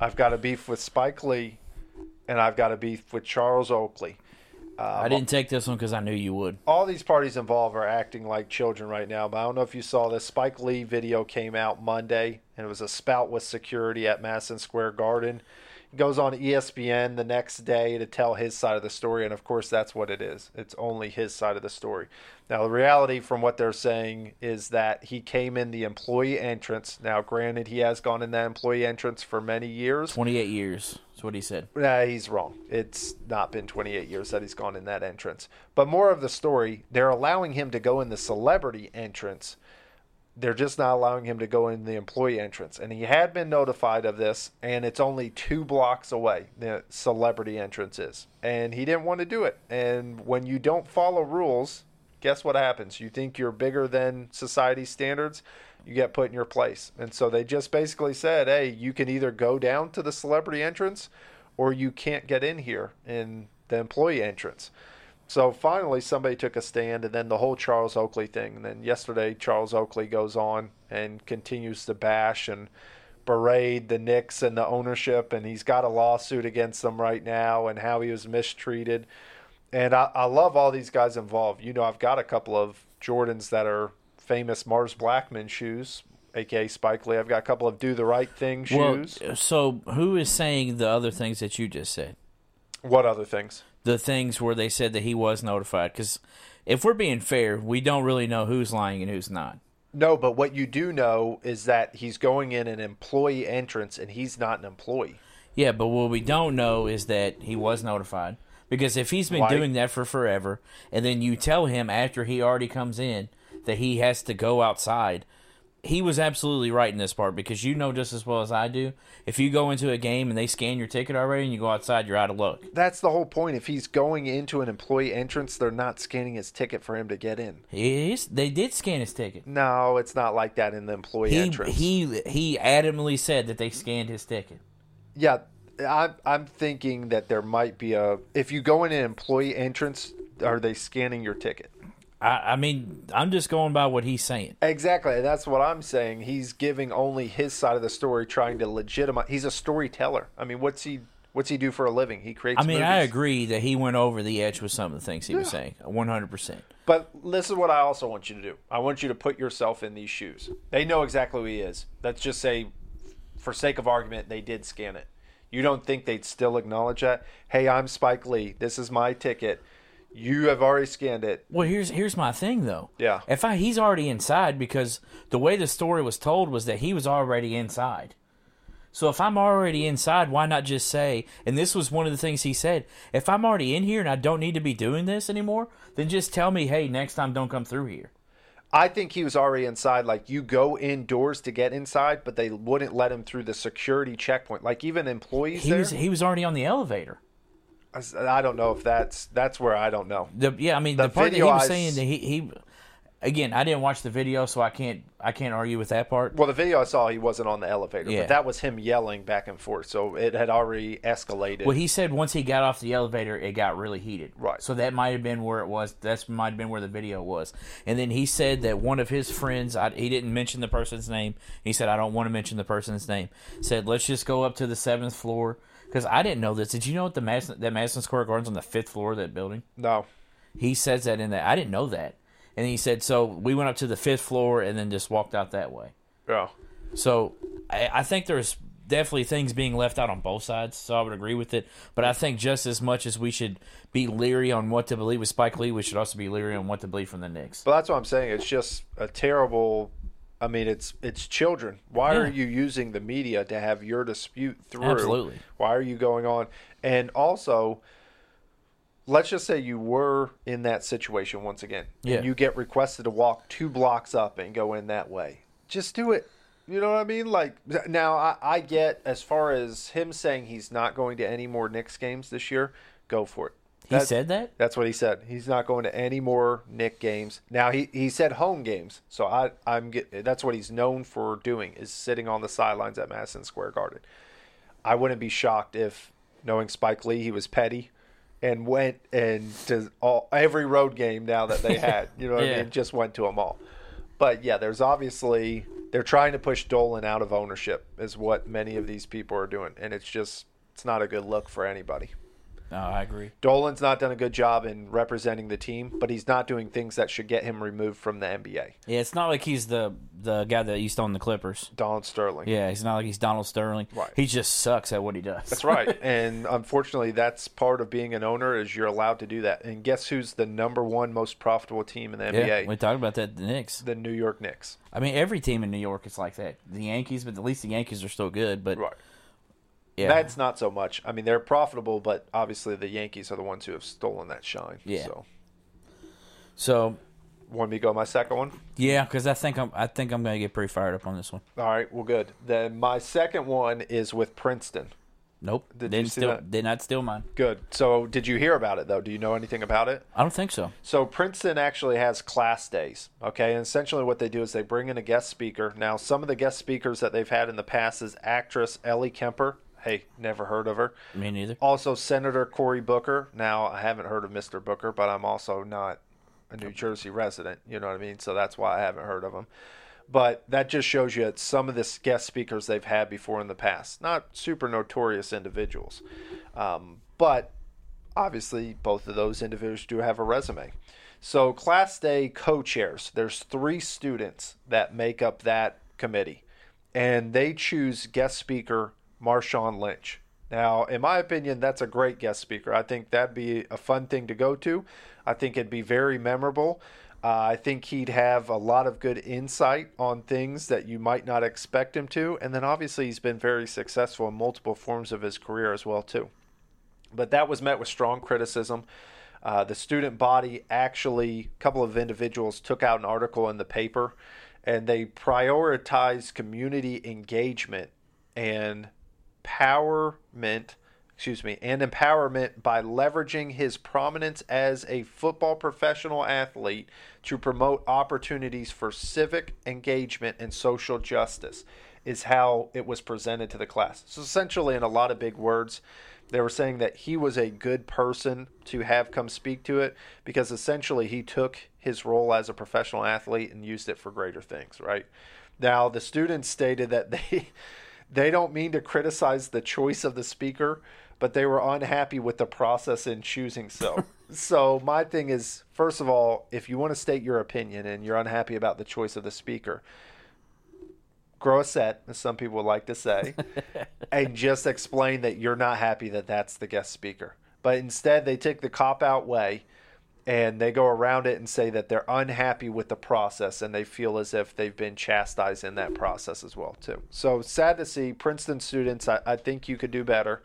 B: I've got a beef with Spike Lee, and I've got a beef with Charles Oakley.
A: I didn't take this one because I knew you would.
B: All these parties involved are acting like children right now, but I don't know if you saw this. Spike Lee video came out Monday, and it was a spout with security at Madison Square Garden. He goes on E ESPN the next day to tell his side of the story, and of course, that's what it is. It's only his side of the story. Now, the reality from what they're saying is that he came in the employee entrance. Now, granted, he has gone in that employee entrance for many years.
A: Twenty eight years. That's what he said.
B: Nah, he's wrong. It's not been 28 years that he's gone in that entrance. But more of the story, they're allowing him to go in the celebrity entrance. They're just not allowing him to go in the employee entrance. And he had been notified of this, and it's only two blocks away, the celebrity entrance is. And he didn't want to do it. And when you don't follow rules, guess what happens? You think you're bigger than society standards, you get put in your place. And so they just basically said, hey, you can either go down to the celebrity entrance or you can't get in here in the employee entrance. So finally, somebody took a stand, and then the whole Charles Oakley thing. And then yesterday, Charles Oakley goes on and continues to bash and berate the Knicks and the ownership, and he's got a lawsuit against them right now, and how he was mistreated. And I, I love all these guys involved. You know, I've got a couple of Jordans that are famous Mars Blackman shoes, aka Spike Lee. I've got a couple of Do the Right Thing shoes.
A: Well, so who is saying the other things that you just said?
B: what other things?
A: The things where they said that he was notified? Because if we're being fair, we don't really know who's lying and who's not.
B: No, but what you do know is that he's going in an employee entrance and he's not an employee.
A: Yeah, but what we don't know is that he was notified. Because if he's been
B: Like-
A: doing that for forever, and then you tell him after he already comes in that he has to go outside, he was absolutely right in this part because you know just as well as I do. If you go into a game and they scan your ticket already and you go outside, you're out of luck.
B: That's the whole point. If he's going into an employee entrance, they're not scanning his ticket for him to get in.
A: He is- they did scan his ticket.
B: No, it's not like that in the employee
A: he,
B: entrance.
A: he he adamantly said that they scanned his ticket.
B: yeah, I'm I'm thinking that there might be a if you go in an employee entrance, are they scanning your ticket?
A: I, I mean, I'm just going by what he's saying.
B: Exactly, and that's what I'm saying. He's giving only his side of the story, trying to legitimize. He's a storyteller. I mean, what's he? What's he do for a living? He creates.
A: I mean, I
B: movies.
A: agree that he went over the edge with some of the things he was saying, 100. percent
B: But this is what I also want you to do. I want you to put yourself in these shoes. They know exactly who he is. Let's just say, for sake of argument, they did scan it. You don't think they'd still acknowledge that? Hey, I'm Spike Lee. This is my ticket. You have already scanned it.
A: Well, here's here's my thing though.
B: Yeah.
A: If I he's already inside because the way the story was told was that he was already inside. So if I'm already inside, why not just say? And this was one of the things he said. If I'm already in here and I don't need to be doing this anymore, then just tell me, hey, next time don't come through here.
B: I think he was already inside. Like you go indoors to get inside, but they wouldn't let him through the security checkpoint. Like even employees
A: He
B: there.
A: was he was already on the elevator.
B: I s- I don't know if that's that's where I don't know.
A: The, yeah, I mean the,
B: The
A: part that he
B: video
A: was
B: I
A: saying
B: s-
A: that he, he again, I didn't watch the video, so I can't I can't argue with that part.
B: Well, the video I saw, he wasn't on the elevator,
A: Yeah.
B: but that was him yelling back and forth. So it had already escalated.
A: Well, he said once he got off the elevator, it got really heated.
B: Right.
A: So that might have been where it was. That's might have been where the video was. And then he said that one of his friends, I, he didn't mention the person's name. He said, "I don't want to mention the person's name." Said, "Let's just go up to the seventh floor." Because I didn't know this. Did you know that the Madison, that Madison Square Garden's on the fifth floor of that building?
B: no,
A: He says that in that. I didn't know that. And he said, "So we went up to the fifth floor and then just walked out that way."
B: yeah,
A: So I, I think there's definitely things being left out on both sides. So I would agree with it. But I think just as much as we should be leery on what to believe with Spike Lee, we should also be leery on what to believe from the Knicks.
B: but that's what I'm saying. It's just a terrible. I mean, it's it's children. Why are
A: Yeah.
B: you using the media to have your dispute through?
A: Absolutely.
B: Why are you going on? And also, let's just say you were in that situation once again.
A: Yeah.
B: And you get requested to walk two blocks up and go in that way. Just do it. You know what I mean? Like now, I, I get as far as him saying he's not going to any more Knicks games this year. Go for it.
A: He said that?
B: That's what he said. He's not going to any more Nick games. Now he, he said home games. So I I'm get, that's what he's known for doing is sitting on the sidelines at Madison Square Garden. I wouldn't be shocked if knowing Spike Lee, he was petty and went and to all every road game now that they had, you know what
A: Yeah.
B: I mean, just went to them all. But yeah, there's obviously they're trying to push Dolan out of ownership is what many of these people are doing and it's just it's not a good look for anybody.
A: No, I agree.
B: Dolan's not done a good job in representing the team, but he's not doing things that should get him removed from the NBA.
A: Yeah, it's not like he's the the guy that used to own the Clippers.
B: Don Sterling.
A: Yeah, he's not like he's Donald Sterling.
B: Right.
A: He just sucks at what he does.
B: That's right. [laughs] and unfortunately, that's part of being an owner is you're allowed to do that. And guess who's the number one most profitable team in the
A: Yeah,
B: NBA?
A: we talked about that the Knicks.
B: the New York Knicks.
A: I mean, every team in New York is like that. The Yankees, but at least the Yankees are still good. But yeah,
B: That's not so much. I mean, they're profitable, but obviously the Yankees are the ones who have stolen that shine.
A: Yeah.
B: So,
A: so
B: want me to go my second one?
A: yeah, because I think I'm I think I'm gonna get pretty fired up on this one.
B: All right. Well, good. Then my second one is with Princeton.
A: Nope.
B: Did
A: didn't
B: you see
A: steal,
B: that?
A: Did not steal mine.
B: Good. So, did you hear about it though? Do you know anything about it?
A: I don't think so.
B: So Princeton actually has class days, okay? And essentially what they do is they bring in a guest speaker. Now, some of the guest speakers that they've had in the past is actress Ellie Kemper. Hey, never heard of her.
A: Me neither.
B: Also Senator Cory Booker. Now, I haven't heard of Mr. Booker, but I'm also not a New Jersey resident, you know what I mean? So that's why I haven't heard of him. But that just shows you that some of the guest speakers they've had before in the past. Not super notorious individuals. Um, but obviously both of those individuals do have a resume. So class day co-chairs, there's three students that make up that committee. And they choose guest speaker Marshawn Lynch. Now, in my opinion, that's a great guest speaker. I think that'd be a fun thing to go to. I think it'd be very memorable. Uh, I think he'd have a lot of good insight on things that you might not expect him to. And then obviously, he's been very successful in multiple forms of his career as well, too but that was met with strong criticism. Uh, the student body actually, a couple of individuals took out an article in the paper, and they prioritized community engagement and empowerment, excuse me, and empowerment by leveraging his prominence as a football professional athlete to promote opportunities for civic engagement and social justice is how it was presented to the class. So essentially in a lot of big words, they were saying that he was a good person to have come speak to it because essentially he took his role as a professional athlete and used it for greater things, right? Now, the students stated that they [laughs] they don't mean to criticize the choice of the speaker, but they were unhappy with the process in choosing so. so my thing is, first of all, if you want to state your opinion and you're unhappy about the choice of the speaker, grow a set, as some people would like to say, and just explain that you're not happy that that's the guest speaker. But instead, they take the cop out way and they go around it and say that they're unhappy with the process and they feel as if they've been chastised in that process as well too. So sad to see Princeton students. I, I think you could do better.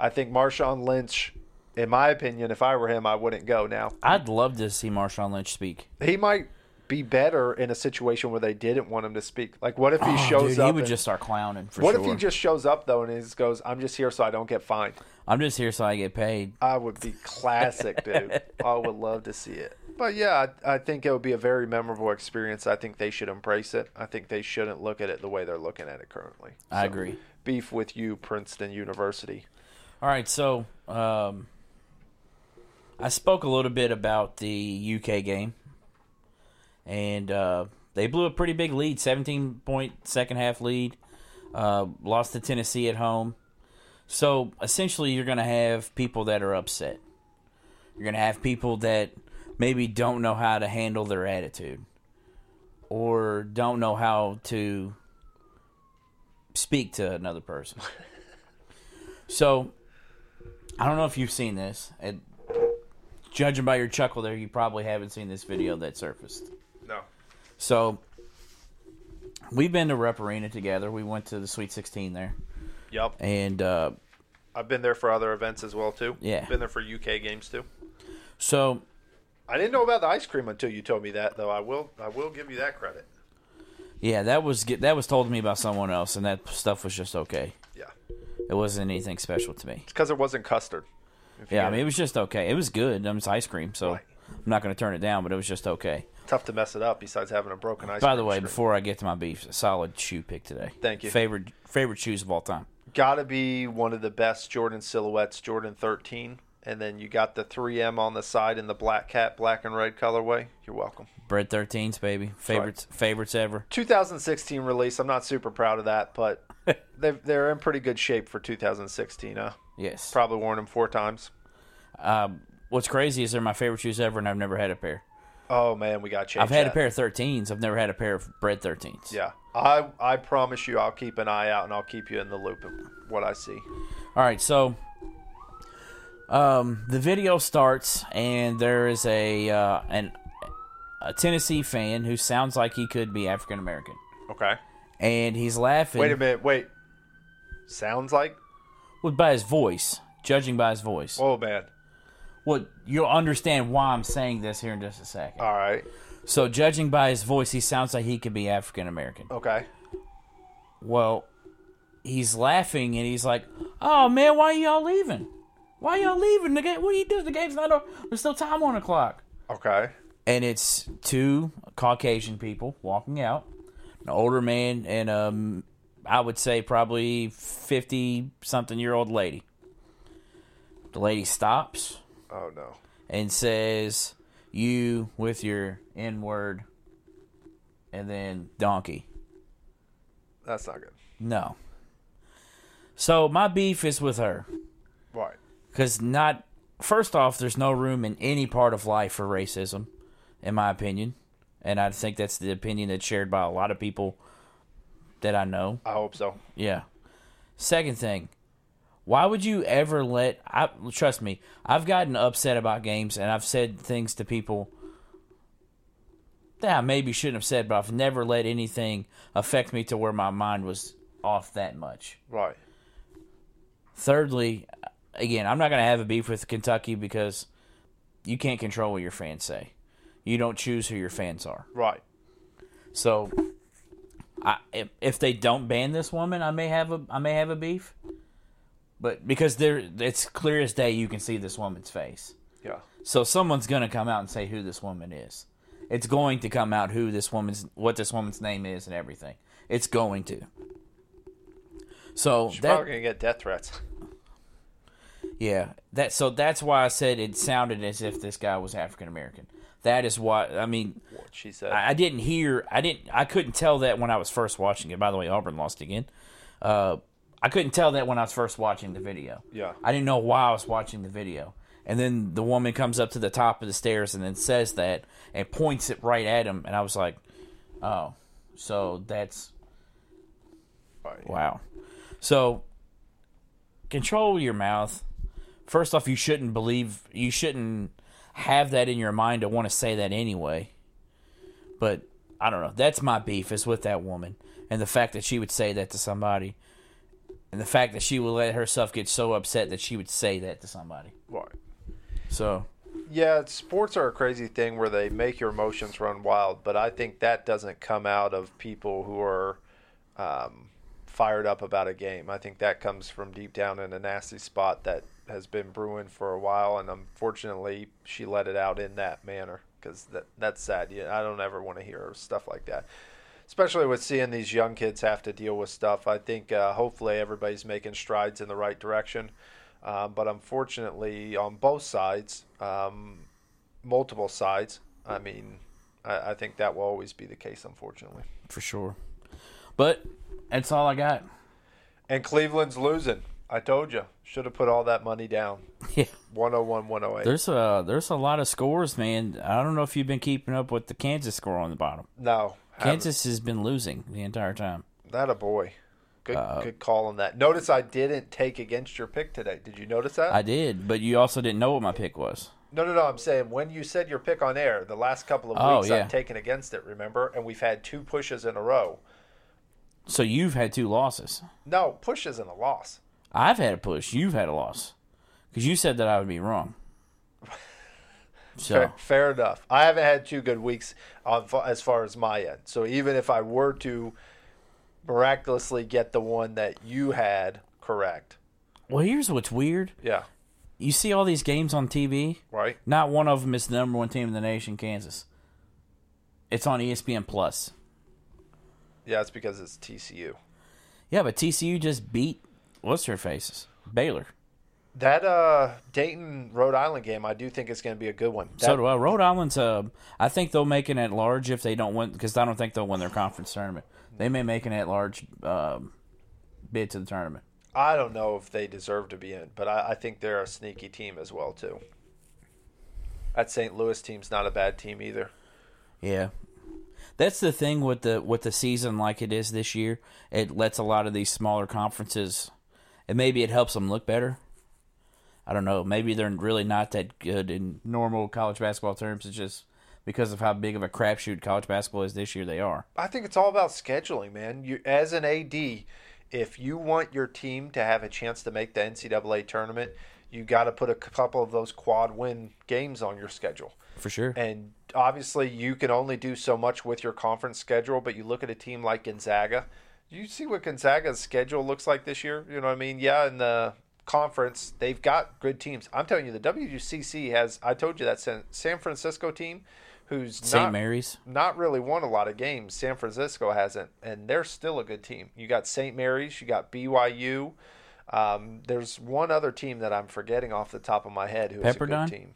B: I think Marshawn Lynch, in my opinion, if I were him, I wouldn't go now.
A: I'd love to see Marshawn Lynch speak.
B: He might be better in a situation where they didn't want him to speak. Like what if he
A: Oh,
B: shows
A: dude,
B: up?
A: he would
B: and-
A: just start clowning for
B: what
A: sure.
B: if he just shows up though and he just goes, "I'm just here so I don't get fined."
A: I'm just here so I get paid.
B: I would be classic,
A: [laughs]
B: dude. I would love to see it. But yeah, I, I think it would be a very memorable experience. I think they should embrace it. I think they shouldn't look at it the way they're looking at it currently.
A: I
B: So,
A: agree.
B: Beef with you, Princeton University.
A: All right, so um, I spoke a little bit about the UK game, and uh, they blew a pretty big lead, seventeen point second half lead. Uh, lost to Tennessee at home, so essentially you're going to have people that are upset. You're going to have people that maybe don't know how to handle their attitude, or don't know how to speak to another person. So, I don't know if you've seen this. And judging by your chuckle there, you probably haven't seen this video that surfaced.
B: No.
A: So, we've been to Rep Arena together. We went to the Sweet 16 there.
B: Yep.
A: And uh,
B: I've been there for other events as well too.
A: Yeah.
B: Been there for UK games too.
A: so,
B: I didn't know about the ice cream until you told me that though. I will I will give you that credit.
A: yeah, that was ge- that was told to me by someone else, and that stuff was just okay.
B: Yeah.
A: It wasn't anything special to me.
B: Because it wasn't custard. If you
A: Yeah, I
B: get
A: mean,
B: it.
A: it was just okay. It was good. I mean, it's ice cream, so
B: Right.
A: I'm not going to turn it down, but it was just okay.
B: tough to mess it up besides having a broken ice
A: By
B: cream
A: the way,
B: screen.
A: before I get to my beef, a solid shoe pick today.
B: Thank you.
A: Favorite favorite shoes of all time.
B: got to be one of the best Jordan silhouettes, Jordan 13. And then you got the 3M on the side in the black cat, black and red colorway. You're welcome.
A: Bread 13s, baby. Favorites favorites ever.
B: 2016 release. I'm not super proud of that,
A: [laughs]
B: but they've, they're in pretty good shape for 2016. Huh?
A: Yes.
B: Probably worn them four times.
A: Um, what's crazy is they're my favorite shoes ever, and I've never had a pair.
B: Oh man, we got changed.
A: I've had
B: that.
A: a pair of 13s. I've never had a pair of bread 13s.
B: Yeah, I I promise you, I'll keep an eye out and I'll keep you in the loop of what I see.
A: All right, so um, the video starts, and there is a uh, an a Tennessee fan who sounds like he could be African American,
B: Okay.
A: and he's laughing.
B: Wait a minute. Wait. Sounds like.
A: Well, by his voice, judging by his voice.
B: Oh man.
A: Well, you'll understand why I'm saying this here in just a second.
B: All right.
A: So, judging by his voice, he sounds like he could be African American.
B: Okay.
A: Well, he's laughing and he's like, "Oh man, why y'all leaving? Why y'all leaving? The game? What do you do? The game's not over. There's still time on the clock."
B: Okay.
A: And it's two Caucasian people walking out, an older man and um, I would say probably fifty something year old lady. The lady stops
B: Oh no.
A: and says, "You with your N word," and then donkey.
B: That's not good.
A: No. So my beef is with her
B: Right.
A: because not first off, there's no room in any part of life for racism, in my opinion, and I think that's the opinion that's shared by a lot of people that I know.
B: I hope so.
A: Yeah. Second thing, why would you ever let I trust me, I've gotten upset about games and I've said things to people that I maybe shouldn't have said, but I've never let anything affect me to where my mind was off that much.
B: Right.
A: Thirdly, again, I'm not going to have a beef with Kentucky because you can't control what your fans say. You don't choose who your fans are.
B: Right.
A: So, I, if, if they don't ban this woman, I may have a I may have a beef. But because there, it's clear as day you can see this woman's face.
B: Yeah.
A: So someone's gonna come out and say who this woman is. It's going to come out who this woman's what this woman's name is and everything. It's going to. So
B: She's
A: that
B: probably gonna get death threats.
A: yeah that so that's why I said it sounded as if this guy was African American. That is why I mean
B: What she said.
A: I I didn't hear. I didn't. I couldn't tell that when I was first watching it. By the way, Auburn lost again. Uh, I couldn't tell that when I was first watching the video.
B: Yeah.
A: I didn't know why I was watching the video. And then the woman comes up to the top of the stairs and then says that and points it right at him. And I was like, oh, so that's
B: Right.
A: wow. So control your mouth. First off, you shouldn't believe. You shouldn't have that in your mind to want to say that anyway. But I don't know. That's my beef is with that woman and the fact that she would say that to somebody, and the fact that she would let herself get so upset that she would say that to somebody.
B: Right.
A: So
B: Yeah, sports are a crazy thing where they make your emotions run wild, but I think that doesn't come out of people who are um, fired up about a game. I think that comes from deep down in a nasty spot that has been brewing for a while, and unfortunately, she let it out in that manner because that that's sad. Yeah, I don't ever want to hear stuff like that. Especially with seeing these young kids have to deal with stuff, I think uh, hopefully everybody's making strides in the right direction. Um, but unfortunately, on both sides, um, multiple sides, I mean, I, I think that will always be the case, unfortunately.
A: for sure. But that's all I got.
B: And Cleveland's losing. I told you. Should have put all that money down.
A: [laughs] Yeah.
B: 101, 108.
A: There's a there's a lot of scores, man. I don't know if you've been keeping up with the Kansas score on the bottom.
B: no. haven't.
A: Kansas has been losing the entire time.
B: That a boy. Good,
A: Uh,
B: good call on that. Notice I didn't take against your pick today. Did you notice that?
A: I did, but you also didn't know what my pick was.
B: no, no, no. I'm saying when you said your pick on air, the last couple of
A: Oh,
B: weeks
A: yeah.
B: I've taken against it, remember? And we've had two pushes in a row.
A: So you've had two losses.
B: No, push isn't a loss.
A: I've had a push. You've had a loss because you said that I would be [laughs] wrong. So
B: Fair, fair enough. I haven't had two good weeks on fa- as far as my end. So even if I were to miraculously get the one that you had correct,
A: well, here's what's weird.
B: yeah,
A: You see all these games on TV.
B: right,
A: Not one of them is the number one team in the nation, Kansas. It's on E ESPN Plus.
B: yeah, it's because it's TCU.
A: Yeah, but TCU just beat what's her faces Baylor.
B: That uh, Dayton Rhode Island game, I do think is going to be a good one. That,
A: so do I. Rhode Island's. Uh, I think they'll make an at large if they don't win because I don't think they'll win their conference tournament. They may make an at large um, bid to the tournament.
B: I don't know if they deserve to be in, but I, I think they're a sneaky team as well too. That St. Louis team's not a bad team either.
A: Yeah. That's the thing with the with the season like it is this year. It lets a lot of these smaller conferences and maybe it helps them look better. I don't know. Maybe they're really not that good in normal college basketball terms. It's just because of how big of a crapshoot college basketball is this year they are.
B: I think it's all about scheduling, man. You as an AD, if you want your team to have a chance to make the NCAA tournament, you got to put a couple of those quad win games on your schedule.
A: For sure.
B: And obviously, you can only do so much with your conference schedule. But you look at a team like Gonzaga. You see what Gonzaga's schedule looks like this year. You know what I mean? Yeah, in the conference, they've got good teams. I'm telling you, the WCC has. I told you that San, San Francisco team, who's
A: St.
B: not
A: Mary's.
B: not really won a lot of games. San Francisco hasn't, and they're still a good team. You got St. Mary's, you got BYU. Um, there's one other team that I'm forgetting off the top of my head who is a good
A: Pepperdine?
B: team.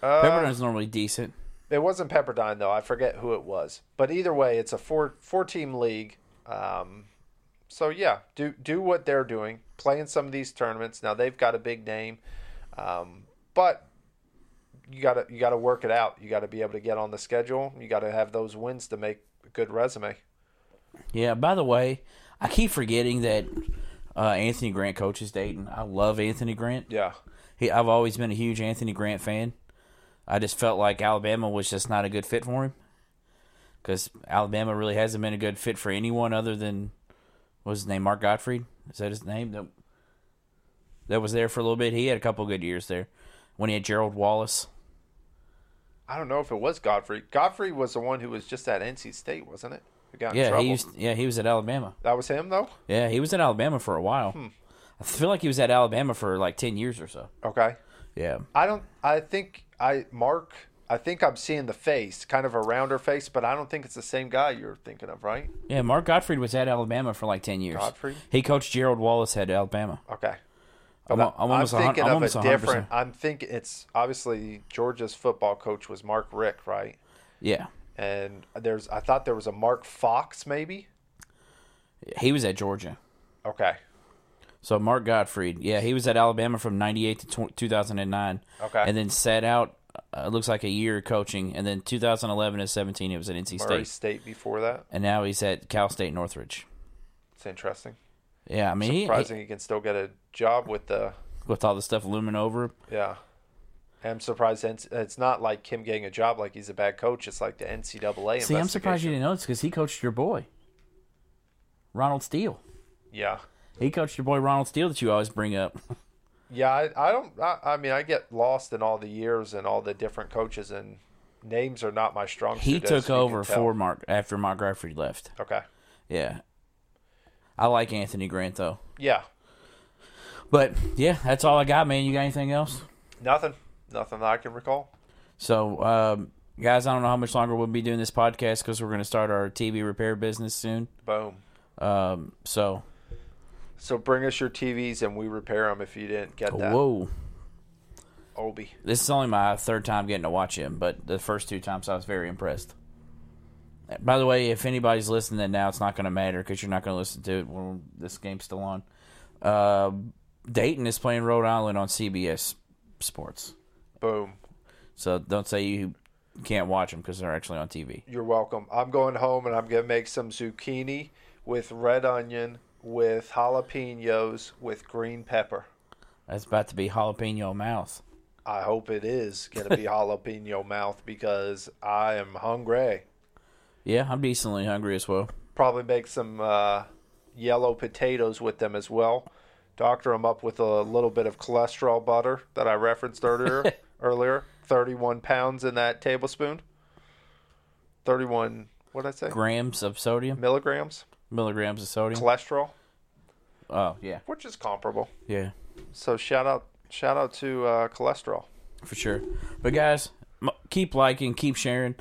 B: Uh,
A: Pepperdine's normally decent.
B: it wasn't Pepperdine though. I forget who it was. But either way, it's a four four team league. Um, so yeah, do do what they're doing, playing some of these tournaments. Now they've got a big name, um, but you gotta you gotta work it out. You gotta be able to get on the schedule. You gotta have those wins to make a good resume.
A: Yeah, by the way, I keep forgetting that uh, Anthony Grant coaches Dayton. I love Anthony Grant.
B: Yeah,
A: He, I've always been a huge Anthony Grant fan. I just felt like Alabama was just not a good fit for him because Alabama really hasn't been a good fit for anyone other than what was his name Mark Gottfried. Is that his name? That, that was there for a little bit. He had a couple good years there when he had Gerald Wallace.
B: I don't know if it was Godfrey. Godfrey was the one who was just at NC State, wasn't it? Who got in
A: Yeah,
B: trouble.
A: he used, yeah he was at Alabama.
B: that was him though.
A: Yeah, he was at Alabama for a while. I feel like he was at Alabama for like ten years or so.
B: Okay.
A: Yeah,
B: I don't. I think I Mark. I think I'm seeing the face, kind of a rounder face, but I don't think it's the same guy you're thinking of, right?
A: yeah. Mark Gottfried was at Alabama for like ten years.
B: Gottfried?
A: He coached Gerald Wallace at Alabama.
B: Okay.
A: I'm, I'm almost a hun-
B: thinking
A: I'm
B: of
A: almost
B: a
A: 100%.
B: different. I'm thinking it's obviously Georgia's football coach was Mark Rick, right?
A: Yeah,
B: And there's, I thought there was a Mark Fox, maybe.
A: he was at Georgia.
B: Okay.
A: So Mark Gottfried, yeah, he was at Alabama from '98 to tw 2009.
B: Okay.
A: and then sat out. uh, It looks like a year of coaching, and then 2011 to 17, he was at NC
B: Murray
A: State,
B: State before that.
A: and now he's at Cal State Northridge.
B: It's interesting.
A: Yeah, I mean, he, he-
B: Surprising, he can still get a job with the.
A: with all the stuff looming over, him,
B: Yeah. I'm surprised it's- it's not like him getting a job like he's a bad coach. It's like the NCAA.
A: See, I'm surprised you
B: investigation.
A: didn't notice because he coached your boy, Ronald Steele.
B: Yeah,
A: He coached your boy Ronald Steele that you always bring up.
B: yeah. I, I don't. I, I mean, I get lost in all the years and all the different coaches and names are not my strong.
A: He
B: suit, as you
A: took
B: can
A: over
B: tell.
A: for Mark after Mark Graffrey left.
B: Okay.
A: Yeah, I like Anthony Grant though.
B: Yeah.
A: But yeah, that's all I got, man. You got anything else?
B: Nothing. Nothing that I can recall.
A: So, um, guys, I don't know how much longer we'll be doing this podcast because we're going to start our TV repair business soon.
B: Boom.
A: Um, so,
B: So bring us your TVs and we repair them if you didn't get that.
A: whoa.
B: Obi.
A: This is only my third time getting to watch him, but the first two times I was very impressed. By the way, if anybody's listening now, it's not going to matter because you're not going to listen to it when this game's still on. Uh, Dayton is playing Rhode Island on CBS Sports,
B: Boom.
A: so don't say you can't watch them because they're actually on TV.
B: You're welcome. I'm going home and I'm gonna make some zucchini with red onion, with jalapenos, with green pepper.
A: That's about to be jalapeno mouth.
B: I hope it is
A: [laughs]
B: gonna be jalapeno mouth because I am hungry.
A: Yeah, I'm decently hungry as well.
B: Probably make some uh, yellow potatoes with them as well. Doctor them up with a little bit of cholesterol butter that I
A: [laughs]
B: referenced earlier. earlier, thirty-one pounds in that tablespoon. Thirty-one. What did I say?
A: Grams of sodium,
B: milligrams
A: milligrams of sodium.
B: cholesterol,
A: Oh yeah,
B: which is comparable.
A: yeah.
B: So shout out, shout out to uh, cholesterol.
A: for sure. But guys, m- keep liking, keep sharing.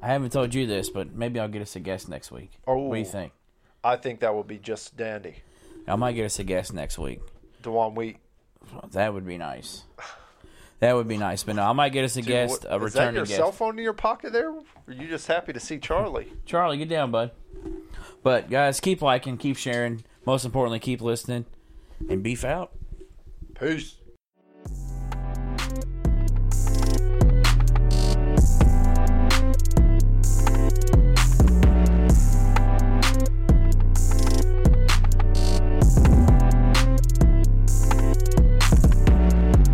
A: I haven't told you this, but maybe I'll get us a guest next week.
B: Oh.
A: What do you think?
B: I think that will be just dandy.
A: I might get us a guest next week.
B: Dewan Wheat.
A: That would be nice. That would be nice. But no, I might get us a guest, a
B: is that
A: returning
B: your
A: guest.
B: cell phone in your pocket there? Or are you just happy to see Charlie?
A: Charlie, get down, bud. But guys, keep liking, keep sharing. Most importantly, keep listening, and beef out.
B: Peace.